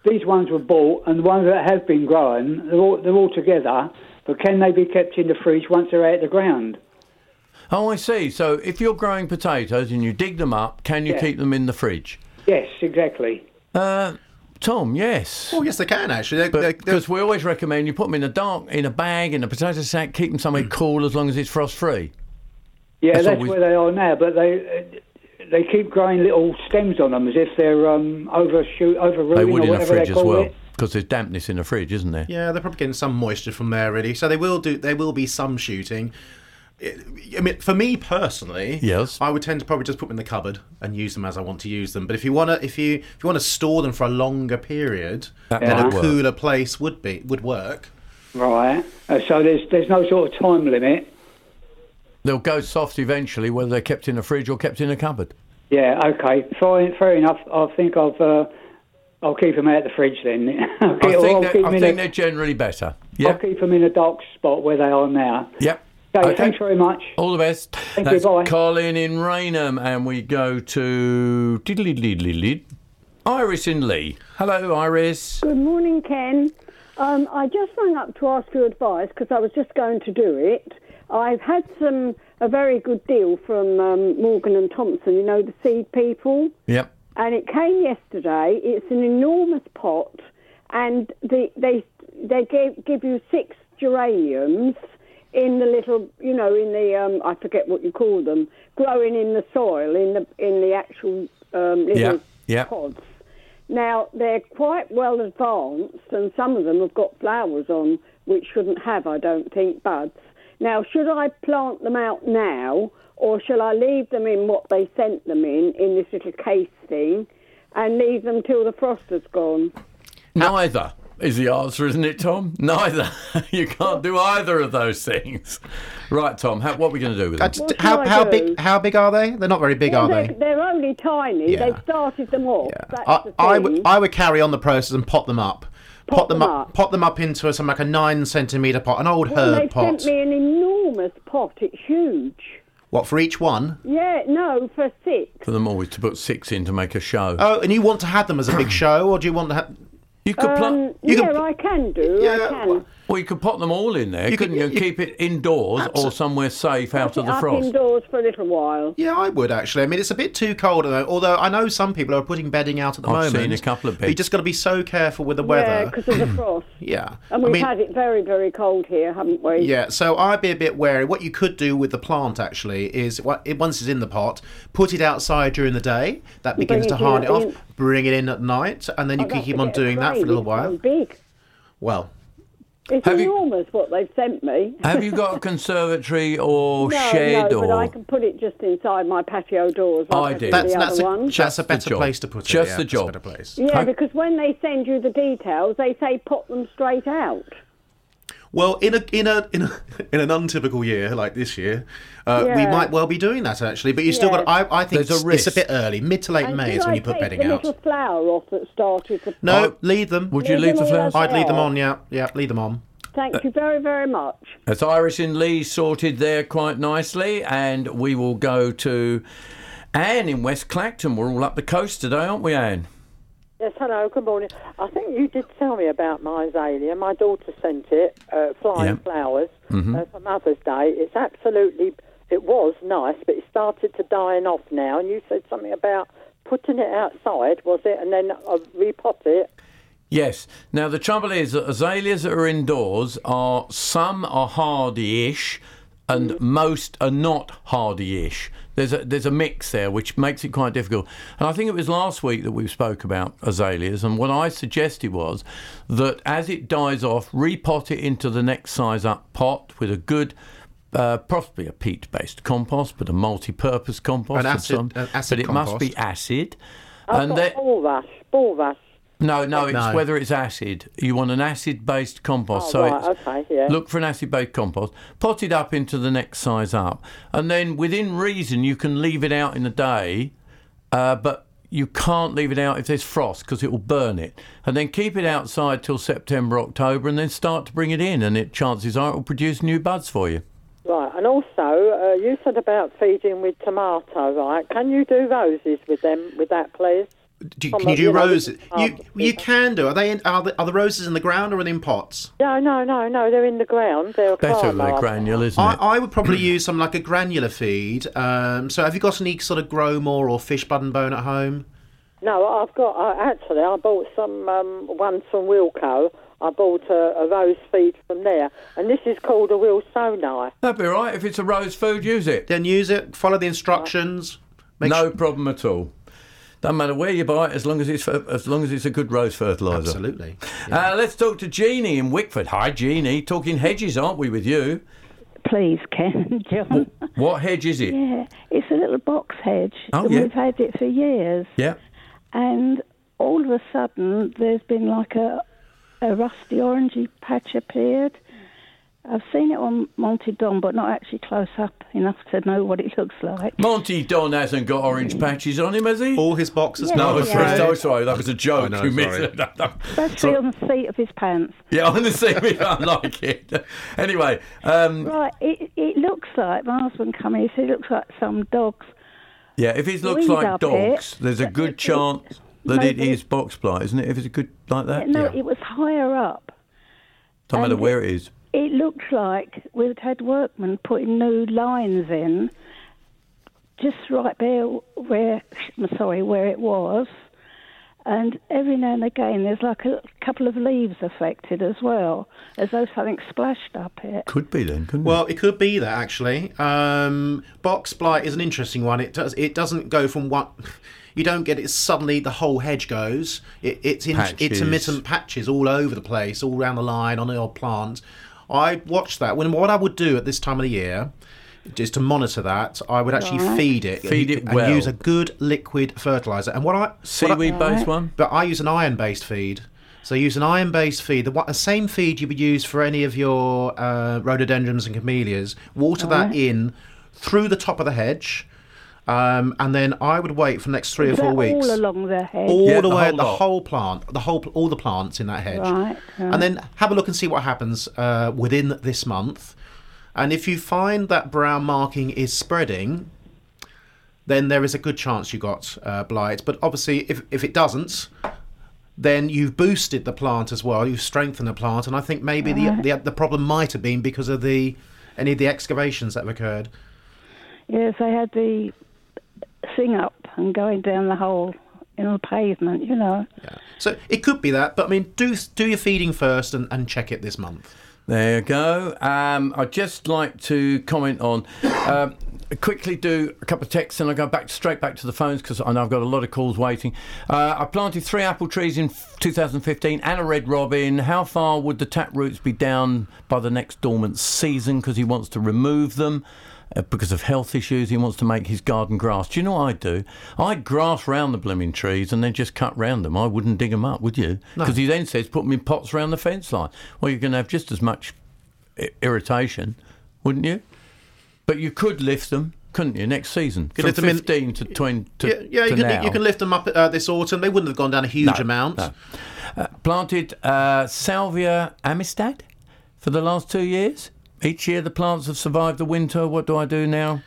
These ones were bought, and the ones that have been grown, they're all, they're all together, but can they be kept in the fridge once they're out of the ground? Oh, I see. So if you're growing potatoes and you dig them up, can you Yeah. keep them in the fridge? Yes, exactly. Uh, Tom, yes. Oh, yes, they can actually. Because we always recommend you put them in a dark, in a bag, in a potato sack, keep them Hmm. somewhere cool as long as it's frost free. Yeah, That's that's, what we- where they are now, but they uh, they keep growing little stems on them as if they're um, overshoot, They overrooting would or in a whatever eh? fridge they as call well, it. because there's dampness in a fridge, isn't there? Yeah, they're probably getting some moisture from there, really. So they will do. There will be some shooting. It- I mean, for me personally, Yes. I would tend to probably just put them in the cupboard and use them as I want to use them. But if you want to, if you if you want to store them for a longer period, That then a might work. cooler place would be would work. Right. Uh, so there's there's no sort of time limit. They'll go soft eventually, whether they're kept in a fridge or kept in a cupboard. Yeah. Okay. Fine. Fair enough. I think I've uh, I'll keep them out of the fridge then. I'll I keep, think, I'll they're, keep I 'em in think a, they're generally better. I'll keep 'em in a dark spot where they are now. Yep. Okay, Okay. Thanks very much. All the best. Thank you, That's bye. Colin in Raynham, and we go to diddly-diddly-diddly. Iris in Lee. Hello, Iris. Good morning, Ken. Um, I just rang up to ask your advice because I was just going to do it. I've had some a very good deal from um, Morgan and Thompson, you know, the seed people, Yep. and it came yesterday. It's an enormous pot, and the, they they give give you six geraniums in the little, you know, in the um, I forget what you call them, growing in the soil in the in the actual um, little Yeah. Yeah. pods. Now they're quite well advanced, and some of them have got flowers on, which shouldn't have, I don't think, buds. Now, should I plant them out now, or shall I leave them in what they sent them in, in this little case thing, and leave them till the frost has gone? Neither is the answer, isn't it, Tom? Neither. you can't do either of those things. Right, Tom. How, what are we going to do with them? What shall How I how do? big how big are they? They're not very big, Well, are they? they're, they're only tiny. Yeah. They've started them off. That's I, the I thing. would I would carry on the process and pot them up. Pot, them, them up, Pot them up into some like a nine centimeter pot, an old Well, herb they pot. sent me an enormous pot. It's huge. What for each one? Yeah, no, for six. For them always to put six in to make a show. Oh, and you want to have them as a big show, or do you want to have? You could plant. Um, yeah, I can do. I can. Well, you could pop them all in there, couldn't you? And keep it indoors or somewhere safe out of the up frost. indoors for a little while. Yeah, I would actually. I mean, it's a bit too cold, though, although I know some people are putting bedding out at the I've moment. seen a couple of but you beds. just got to be so careful with the Yeah, weather. because of the frost. Yeah. And I we've mean- had it very, very cold here, haven't we? Yeah, so I'd be a bit wary. What you could do with the plant actually is wha- it- once it's in the pot, put it outside during the day. That Bring begins it to harden in it at off. the Bring it in at night, and then you I've can got keep to on get Oh, a doing that for a crane, little it's while. so big. Well, It's Have you- enormous what they've sent me. Have you got a conservatory or no, shed no, or? but I can put it just inside my patio doors. Oh, Like I do. did the other a, one. that's a better job. place to put it. Just yeah, the that's job. A better place. Yeah, because when they send you the details, they say pop them straight out. Well, in a in a in, a, in an untypical year like this year, uh, we Yeah. might well be doing that actually. But you still got. I, I think There's a it's, it's a risk. bit early, mid to late And May should is when I you put take bedding the out. little flower off that started to No, pop? leave them. Would you Leave leave them the all as flowers? they I'd leave them are. on. Yeah, yeah, leave them on. Thank you very, very much. That's Irish in Lee sorted there quite nicely, and we will go to Anne in West Clacton. We're all up the coast today, aren't we, Anne? Yes, hello, good morning. I think you did tell me about my azalea. My daughter sent it, uh, Flying Yeah. Flowers, Hmm? Mhm. uh, for Mother's Day. It's absolutely, it was nice, but it started to dying off now. And you said something about putting it outside, was it? And then uh, repot it. Yes. Now the trouble is that azaleas that are indoors are some are hardy-ish, and Mm. most are not hardy-ish. There's a there's a mix there which makes it quite difficult. And I think it was last week that we spoke about azaleas, and what I suggested was that as it dies off, repot it into the next size up pot with a good. Uh, possibly a peat-based compost, but a multi-purpose compost. An of acid- some- an acid Oh, but it must be acid. I've and got then- bulrush, bulrush. no, no, it's No. whether it's acid. You want an acid based compost. Oh, so right, it's, okay, yeah. look for an acid based compost, pot it up into the next size up, and then within reason, you can leave it out in the day, uh, but you can't leave it out if there's frost because it will burn it. And then keep it outside till September, October, and then start to bring it in, and it chances are it will produce new buds for you. Right, and also uh, you said about feeding with tomato, right? Can you do roses with them, with that, please? Do, From can you a- do you know, roses? You um, you can do. Are they in, are the, are the roses in the ground or are they in pots? No, no, no, no. They're in the ground. They're a climb up. granule, isn't I, it? I would probably use some like a granular feed. Um, so, have you got any sort of grow more or fish button bone at home? No, I've got uh, actually. I bought some um, ones from Wilco. I bought a, a rose feed from there, and this is called a Wilsoni. That'd be right. If it's a rose food, use it. Then use it. Follow the instructions. no problem at all. Doesn't matter where you buy it, as long as it's as long as it's a good rose fertilizer. Absolutely. Uh, let's talk to Jeannie in Wickford. Hi, Jeannie. Talking hedges, aren't we? With you, Please, Ken, John. what hedge is it? Yeah, it's a little box hedge. Oh, and yeah. We've had it for years. Yeah. And all of a sudden, there's been like a, a rusty orangey patch appeared. I've seen it on Monty Don, but not actually close up enough to know what it looks like. Monty Don hasn't got orange patches on him, has he? All his boxes. Yeah, no, yeah. I'm sorry, so sorry. That was a joke. know, you missed sorry. it. Especially on the seat of his pants. Yeah, on the CV, I like it. Anyway, um, Right, it, it looks like, my husband came in, he said it looks like some dog's yeah, if it looks Read like up dogs, there's a good chance that it maybe- is box blight, isn't it? If it's a good like that, No, it was higher up. Doesn't matter and- where it is. It looked like we'd had workmen putting new lines in, just right there where, I'm sorry, where it was. And every now and again, there's like a couple of leaves affected as well, as though something splashed up it. Could be then, couldn't well, it? could be that actually. Um, box blight is an interesting one. It does. It doesn't go from one. You don't get it suddenly. The whole hedge goes. It, it's in, Patches. intermittent patches all over the place, all round the line on the old plant. I watched that. When what I would do at this time of the year is to monitor that. I would actually Right. feed it. Feed it and, well. And use a good liquid fertilizer. And what I what I- Seaweed-based one? but I use an iron-based feed. So use an iron-based feed, the, wa- the same feed you would use for any of your uh, rhododendrons and camellias. Water that Right. in through the top of the hedge, um, and then I would wait for the next three Is or four that weeks, All along the head. All the way, the whole plant, the whole pl- all the plants in that hedge, Right, right. and then have a look and see what happens uh, within this month. And if you find that brown marking is spreading, then there is a good chance you got uh, blight. But obviously, if, if it doesn't, then you've boosted the plant as well. You've strengthened the plant, and I think maybe Right. the, the the problem might have been because of the any of the excavations that have occurred. Yes, they had the thing up and going down the hole in the pavement, you know. So it could be that, but I mean, do do your feeding first and, and check it this month. There you go. Um, I'd just like to comment on. Um, Quickly do a couple of texts and I go back straight back to the phones because I know I've got a lot of calls waiting. Uh, I planted three apple trees in f- 2015 and a red robin. How far would the tap roots be down by the next dormant season? Because he wants to remove them uh, because of health issues. He wants to make his garden grass. Do you know what I do? I grass round the blooming trees and then just cut round them. I wouldn't dig them up, would you? No. Because he then says put them in pots round the fence line. Well, you're going to have just as much i- irritation, wouldn't you? But you could lift them, couldn't you, next season? Could From lift them in- 15 to 20 to, yeah, yeah, you to can now. you can lift them up uh, this autumn. They wouldn't have gone down a huge No, amount. no. Uh, planted uh, salvia amistad for the last two years. Each year the plants have survived the winter. What do I do now?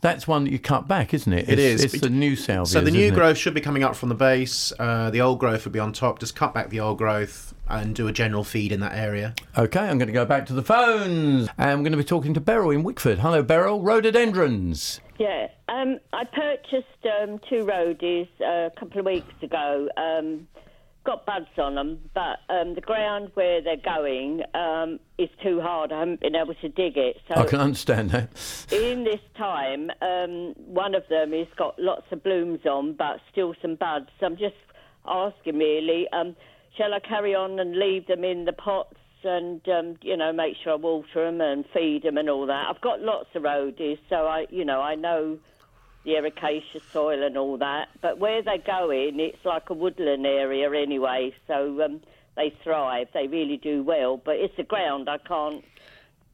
That's one that you cut back, isn't it? It it's, is, It's but- the new salvia. So the new growth should be coming up from the base. Uh, the old growth would be on top. Just cut back the old growth and do a general feed in that area. Okay, I'm going to go back to the phones. And I'm going to be talking to Beryl in Wickford. Hello, Beryl. Rhododendrons. Yeah, um, I purchased um, two roadies uh, a couple of weeks ago. Um, got buds on them, but um, the ground where they're going um, is too hard. I haven't been able to dig it. So I can understand that. in this time, um, one of them has got lots of blooms on, but still some buds. So I'm just asking, really, um, shall I carry on and leave them in the pots and, um, you know, make sure I water them and feed them and all that? I've got lots of roadies, so I, you know, I know the ericaceous soil and all that. But where they go in, it's like a woodland area anyway, so um, they thrive. They really do well, but it's the ground. I can't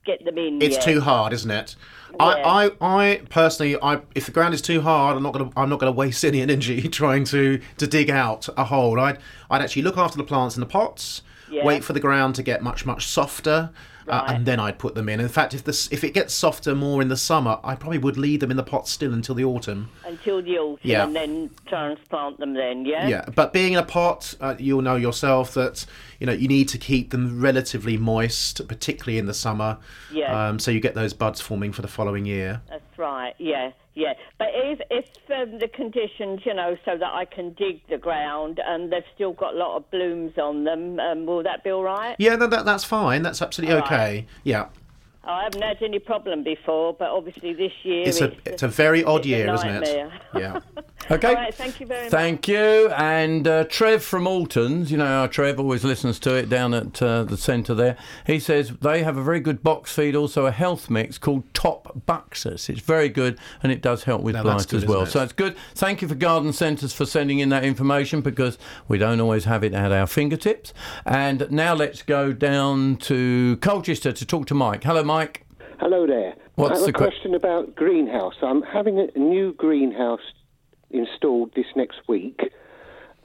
get them in It's yet. too hard, isn't it? Yeah. I, I, I personally, I if the ground is too hard, I'm not gonna, I'm not gonna waste any energy trying to to dig out a hole. I'd, I'd actually look after the plants in the pots. Yeah. Wait for the ground to get much much softer, uh, and then I'd put them in. In fact, if this if it gets softer more in the summer, I probably would leave them in the pot still until the autumn. until the autumn Yeah. and then transplant them then, yeah? Yeah, but being in a pot, uh, you'll know yourself that you know you need to keep them relatively moist, particularly in the summer. Yeah. Um, so you get those buds forming for the following year. That's right, yeah, yeah. But if, if um, the conditions, you know, so that I can dig the ground and they've still got a lot of blooms on them, um, will that be all right? Yeah, that, that, that's fine. That's absolutely All right. okay. Yeah. I haven't had any problem before, but obviously this year It's a it's a very odd it's a year, isn't it? nightmare. Yeah. Okay. All right, thank you very much. Thank you. And uh, Trev from Alton's, you know, our Trev always listens to it down at uh, the centre there. He says they have a very good box feed, also a health mix called Top Buxus. It's very good and it does help with Now that's blight good, as well. isn't it? So it's good. Thank you for Garden Centres for sending in that information because we don't always have it at our fingertips. And now let's go down to Colchester to talk to Mike. Hello, Mike. Hello there. I What's have the a que- question about greenhouse. I'm having a new greenhouse installed this next week,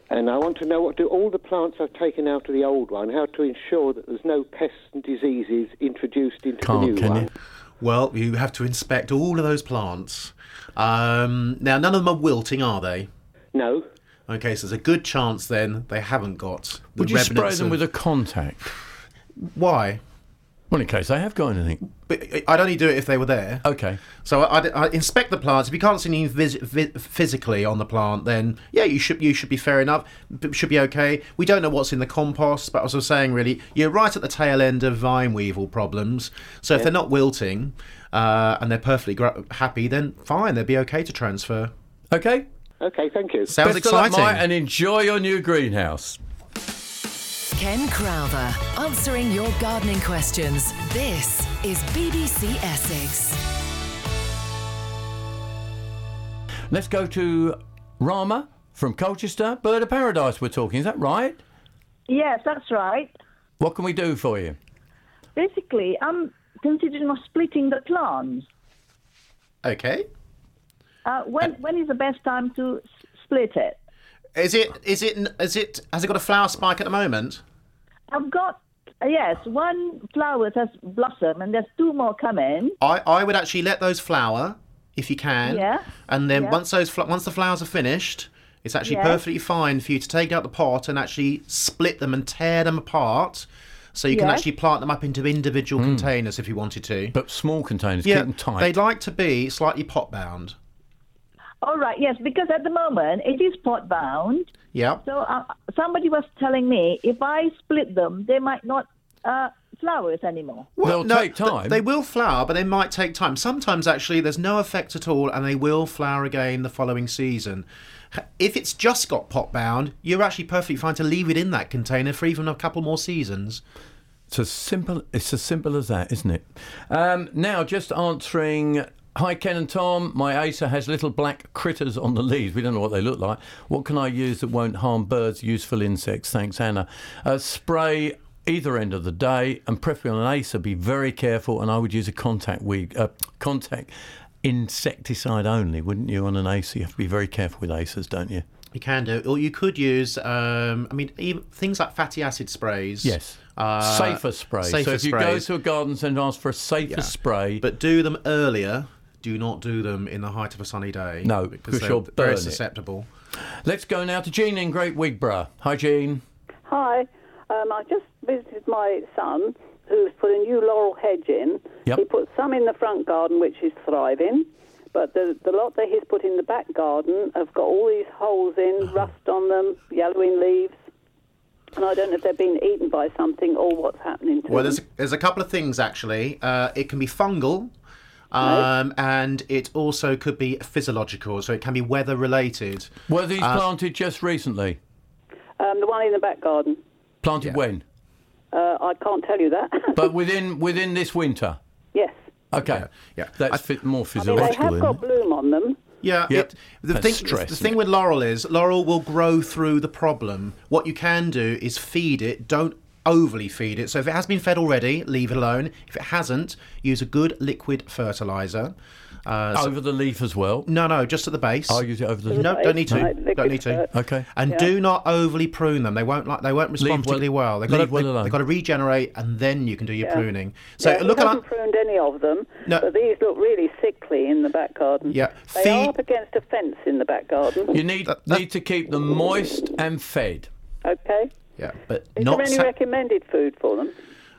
and I want to know what do all the plants I've taken out of the old one, how to ensure that there's no pests and diseases introduced into the new one. Well, you have to inspect all of those plants. Um, now, none of them are wilting, are they? No. Okay, so there's a good chance then they haven't got. The Would you spray remnants them of- with a contact? Why? Well, in case they have got anything. But I'd only do it if they were there. Okay. So I, I, I inspect the plants. If you can't see anything vis- vi- physically on the plant, then yeah, you should you should be fair enough. b- Should be okay. We don't know what's in the compost, but as I was saying, really, you're right at the tail end of vine weevil problems. So if Yeah. they're not wilting uh, and they're perfectly gra- happy, then fine, they'd be okay to transfer. Okay. Okay, thank you. Sounds Best of luck, exciting. Mike, and enjoy your new greenhouse. Ken Crowther, answering your gardening questions. This is BBC Essex. Let's go to Rama from Colchester. Bird of Paradise, we're talking. Is that right? Yes, that's right. What can we do for you? Basically, I'm considering of splitting the plants. Okay. Uh, when when is the best time to s- split it? Is it is it is it has it got a flower spike at the moment? I've got uh, yes, one flower has blossom, and there's two more coming. I, I would actually let those flower if you can. Yeah. And then Yeah. once those fl- once the flowers are finished, it's actually Yeah. perfectly fine for you to take out the pot and actually split them and tear them apart. So you can Yes. actually plant them up into individual containers if you wanted to. Hmm. But small containers, yeah, keep them tight. They'd like to be slightly pot bound. All right, yes, because at the moment it is pot bound. Yeah. So uh, somebody was telling me if I split them, they might not uh, flowers anymore. Well, They'll take time. they will flower, but they might take time. Sometimes, actually, there's no effect at all, and they will flower again the following season. H- If it's just got pot bound, you're actually perfectly fine to leave it in that container for even a couple more seasons. It's as simple. It's as simple as that, isn't it? Um, now, just answering. Hi, Ken and Tom. My Acer has little black critters on the leaves. We don't know what they look like. What can I use that won't harm birds? Useful insects. Thanks, Anna. Uh, spray either end of the day, and preferably on an Acer. Be very careful, and I would use a contact weed, uh, contact insecticide only, wouldn't you? On an Acer, you have to be very careful with Acers, don't you? You can do, or you could use. Um, I mean, even things like fatty acid sprays. Yes. Uh, safer spray. Safer so if you go sprays. to a garden centre and ask for a safer Yeah. spray, but do them earlier. Do not do them in the height of a sunny day. No, because because they're you'll burn very it. susceptible. Let's go now to Jean in Great Wigborough. Hi, Jean. Hi, um, I just visited my son who's put a new laurel hedge in. Yep. He put some in the front garden, which is thriving, but the, the lot that he's put in the back garden have got all these holes in, Uh-huh. rust on them, yellowing leaves, and I don't know if they've been eaten by something or what's happening to Well, them. there's a, there's a couple of things actually. Uh, it can be fungal, um, and it also could be physiological, so it can be weather related. Were these Uh, planted just recently? Um, the one in the back garden, Planted when? uh, I can't tell you that. But within within this winter. yes, Okay. Yeah. That's fit, I more mean, they physiological. have got bloom on them. Yeah, Yep. it, the That's thing stress, the isn't thing it? with laurel is laurel will grow through the problem. What you can do is feed it. Don't overly feed it. So if it has been fed already, leave it alone. If it hasn't, use a good liquid fertilizer. Uh, so- Over the leaf as well. no, no, just at the base. Oh, use it over the no, leaf. don't need to. Right, don't need to. Okay. And Yeah. do not overly prune them. They won't like. They won't respond Leave well- particularly well. They've got leave to, well they, alone. have got to regenerate, and then you can do your Yeah. pruning. So yeah, look he at hasn't pruned any of them, No. but these look really sickly in the back garden. Yeah, They are up against a fence in the back garden. You need need to keep them moist and fed. Okay. Yeah, but Is not there any sa- recommended food for them?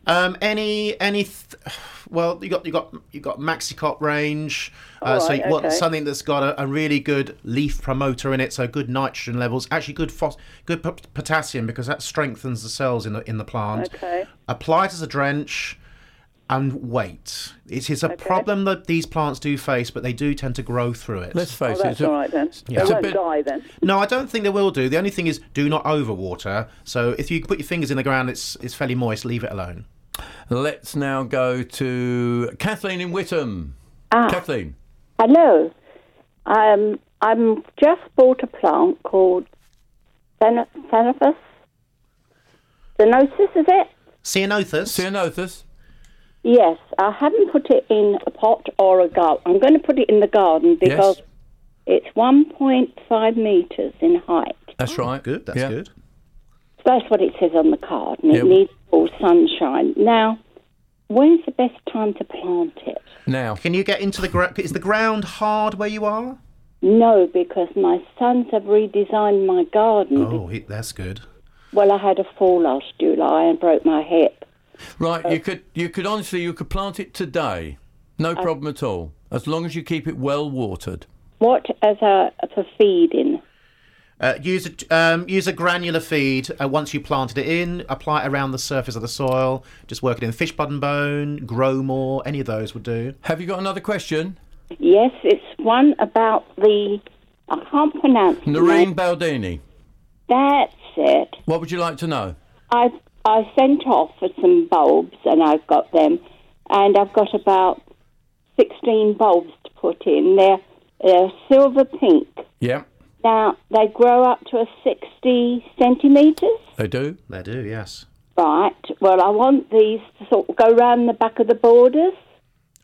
Um, any any, th- well, you got you got you got MaxiCop range. Uh, All so right, you want okay. something that's got a, a really good leaf promoter in it, so good nitrogen levels, actually good phos- good p- potassium because that strengthens the cells in the in the plant. Okay. Apply it as a drench, and wait. It is a problem that these plants do face, but they do tend to grow through it. Let's face Oh, that's all right then. Yeah. They It's a won't bit- die then. No, I don't think they will do. The only thing is, do not overwater. So if you put your fingers in the ground, it's it's fairly moist. Leave it alone. Let's now go to Kathleen in Whittam. Ah, Kathleen. Hello. Um, I'm just bought a plant called Cen- Cenephus. Cenosis, is it? Ceanothus. Ceanothus. Yes. I haven't put it in a pot or a garden. I'm going to put it in the garden because it's 1.5 metres in height. That's right. Good. That's good. That's what it says on the card, and Yeah. it needs all sunshine. Now, when's the best time to plant it? Now, can you get into the ground? Is the ground hard where you are? No, because my sons have redesigned my Mm-hmm. garden. Oh, he- that's good. Well, I had a fall last July and broke my hip. Right, Uh, you could you could honestly you could plant it today. No problem at all. As long as you keep it well watered. What as a for feeding? Uh, use a um, use a granular feed uh, once you planted it in. Apply it around the surface of the soil. Just work it in fish button bone, grow more. Any of those would do. Have you got another question? Yes, it's one about the. I can't pronounce the Noreen name. Baldini. That's it. What would you like to know? I I sent off for some bulbs and I've got them, and I've got about sixteen bulbs to put in. They're they're silver pink. Yeah, Now they grow up to a sixty centimeters. they do. They do. Yes. Right. Well, I want these to sort of go round the back of the borders.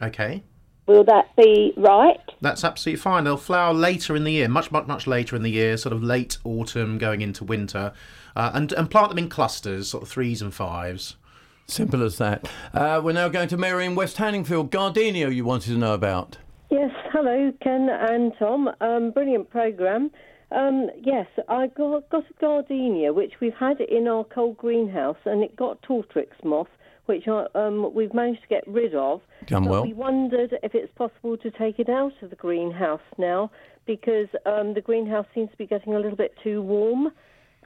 Okay. Will that be right? That's absolutely fine. They'll flower later in the year, much, much, much later in the year, sort of late autumn going into winter, uh, and and plant them in clusters, sort of threes and fives. Simple as that. Uh, we're now going to Mary in West Hanningfield. Gardenia you wanted to know about. Yes, hello, Ken and Tom. Um, brilliant program. Um, yes, I got, got a gardenia which we've had in our cold greenhouse, and it got tortrix moth, which I, um, we've managed to get rid of. Done but well. We wondered if it's possible to take it out of the greenhouse now because um, the greenhouse seems to be getting a little bit too warm,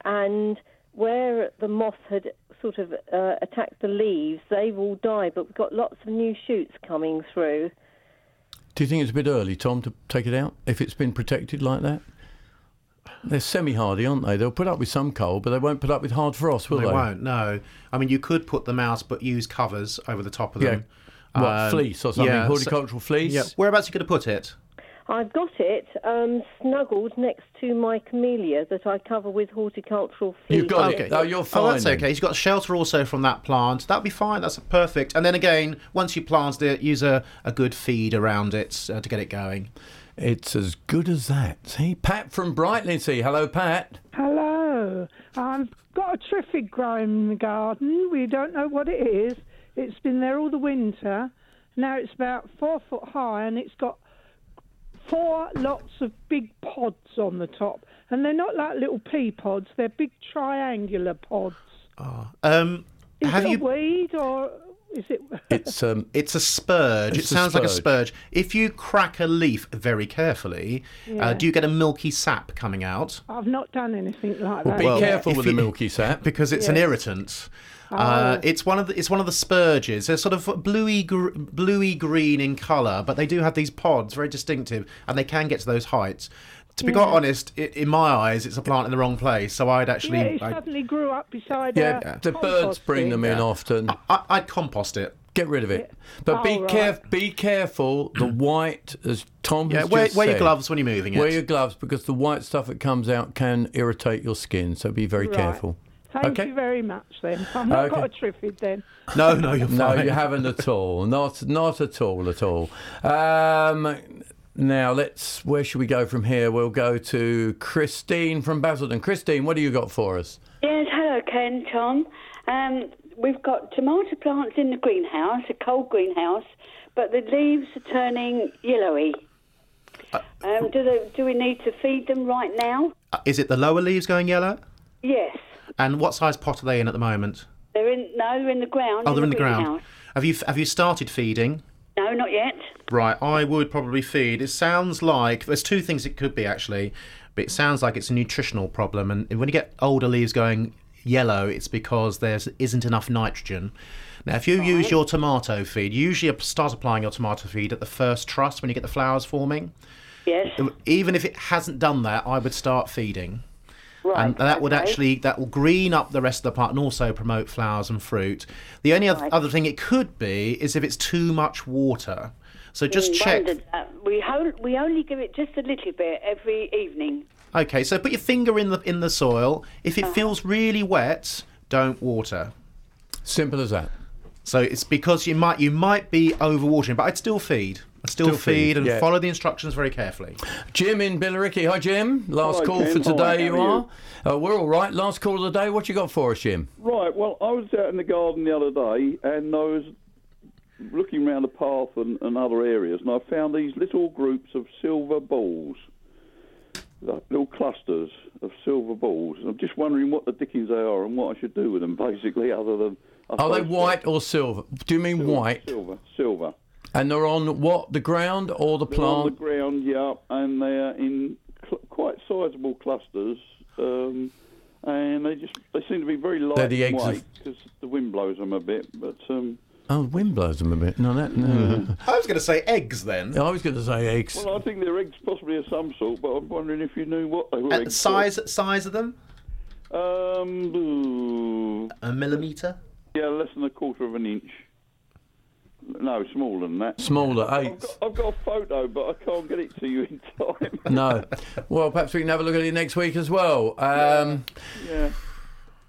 and where the moth had sort of uh, attacked the leaves, they've all died, but we've got lots of new shoots coming through. Do you think it's a bit early, Tom, to take it out if it's been protected like that? They're semi hardy, aren't they? They'll put up with some cold, but they won't put up with hard frost, will they? they won't. No, I mean you could put them out, but use covers over the top of Yeah. them. Um, What, fleece or something? so- Horticultural fleece? Yeah. Whereabouts are you going to put it? I've got it um, snuggled next to my camellia that I cover with horticultural fleece. okay. Oh, that's fine. okay. You've got shelter also from that plant. That'll be fine. That's perfect. And then again, once you planted it, use a, a good feed around it uh, to get it going. It's as good as that. See, Pat from Brightling. See, hello, Pat. Hello. I've got a terrific growing in the garden. We don't know what it is. It's been there all the winter. Now it's about four foot high and it's got four lots of big pods on the top. And they're not like little pea pods, they're big triangular pods. Um, Is have it you a weed or is it. It's um, it's a spurge. It's it a sounds like a spurge. spurge. If you crack a leaf very carefully, Yeah. uh, do you get a milky sap coming out? I've not done anything like that. if you- because it's an Yeah. irritant. Uh, Ah. it's one of the, it's one of the spurges. They're sort of bluey gr- bluey green in colour, but they do have these pods, very distinctive, and they can get to those heights. To be quite Yeah. honest, i in my eyes, it's a plant in the wrong place. So I'd actually yeah, it I'd- suddenly grew up beside our Yeah, the birds compost bring bin. them in often. I, I'd compost it. Get rid of it. But be Oh, right. careful. Be careful. The white, as Tom Yeah, has wear- just wear your said, gloves when you're moving it. Wear your gloves because the white stuff that comes out can irritate your skin. So be very Right. careful. Thank Okay. you very much then. I've not got a triffid then. No, no, you're No, fine. you haven't at all. Not, not at all, at all. Um, now let's. Where should we go from here? We'll go to Christine from Basildon. Christine, what do you got for us? Yes, hello, Ken, Tom. Um, we've got tomato plants in the greenhouse, a cold greenhouse, but the leaves are turning yellowy. Um, do, they, do we need to feed them right now? Uh, Is it the lower leaves going yellow? Yes, And what size pot are they in at the moment? they're in. No, they're in the ground. Oh, they're in the ground. greenhouse. Have you have you started feeding? No, not yet. Right, I would probably feed. It sounds like there's two things it could be actually, but it sounds like it's a nutritional problem. And when you get older leaves going yellow, it's because there isn't enough nitrogen. Now, if you use your tomato feed, you usually start applying your tomato feed at the first truss when you get the flowers forming. Yes. Even if it hasn't done that, I would start feeding. Right, and that would okay. actually that will green up the rest of the plant and also promote flowers and fruit. The only oth- Right. other thing it could be is if it's too much water. So just we check. Mm, wondered that. We ho- we only give it just a little bit every evening. Okay, so put your finger in the in the soil. If Uh-huh. it feels really wet, don't water. Simple as that. So it's because you might you might be overwatering, but I'd still feed. I'd still, Still feed, feed, and yeah. follow the instructions very carefully. Jim in Billericay. Hi, Jim. Last Hi, call Jim. for Hi, today. how you are are. Uh, we're all right. Last call of the day. What you got for us, Jim? Right. Well, I was out in the garden the other day, and I was looking around the path and, and other areas, and I found these little groups of silver balls, like little clusters of silver balls. And I'm just wondering what the dickens they are and what I should do with them, basically, other than I Are they suppose white or silver? Do you mean white? silver, silver. And they're on what? The ground or the They're on the plant? ground, yeah, and they're in cl- quite sizable clusters, um, and they just they seem to be very light They're the and eggs of- weight because the wind blows them a bit. But um, Oh, the wind blows them a bit. No, that. No. I was going to say eggs then. I was going to say eggs. well, I think they're eggs possibly of some sort, but I'm wondering if you knew what they were. And eggs Uh, size size of them? for. Um, ooh, A millimetre? yeah, less than a quarter of an inch. No, smaller than that. Smaller, I've eight. got, I've got a photo, but I can't get it to you in time. no. Well, perhaps we can have a look at it next week as well. Um, Yeah.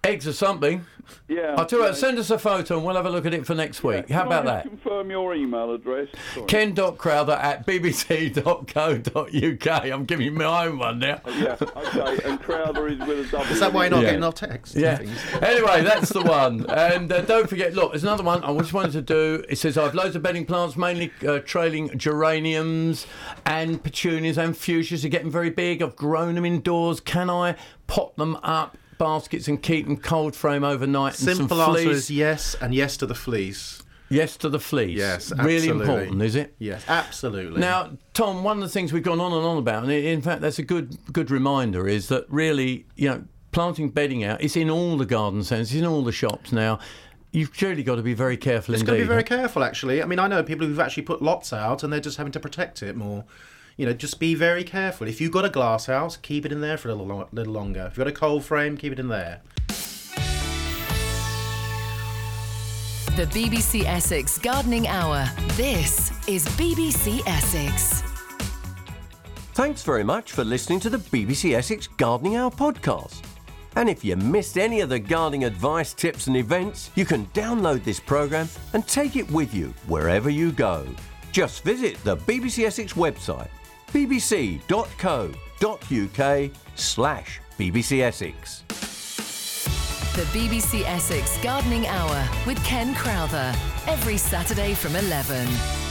Eggs or something. Yeah. I'll tell you yeah. what, send us a photo and we'll have a look at it for next week. How Can about I just that? Confirm your email address. Sorry. Ken.crowther at bbc.co.uk. I'm giving you my own one now. Oh, Yeah, okay, and Crowther is with a double. Is that why you're not Yeah. getting our text? Yeah. Anyway, that's the one. And uh, don't forget, look, there's another one I just wanted to do. It says I've loads of bedding plants, mainly uh, trailing geraniums and petunias and fuchsias. They're getting very big. I've grown them indoors. Can I pot them up? Baskets and keep them cold frame overnight. and Simple some answer fleas. is yes, and yes to the fleece. Yes to the fleece. Yes, really absolutely. important, is it? Yes, absolutely. Now, Tom, one of the things we've gone on and on about, and in fact, that's a good good reminder, is that really, you know, planting bedding out, it's in all the garden centres, it's in all the shops now. You've surely got to be very careful It's indeed. got to be very careful, actually. I mean, I know people who've actually put lots out and they're just having to protect it more. You know, just be very careful. If you've got a glass house, keep it in there for a little, lo- little longer. If you've got a cold frame, keep it in there. The BBC Essex Gardening Hour. This is BBC Essex. Thanks very much for listening to the BBC Essex Gardening Hour podcast. And if you missed any of the gardening advice, tips, and events, you can download this programme and take it with you wherever you go. Just visit the BBC Essex website, bbc.co.uk slash BBC Essex. The BBC Essex Gardening Hour with Ken Crowther. Every Saturday from 11.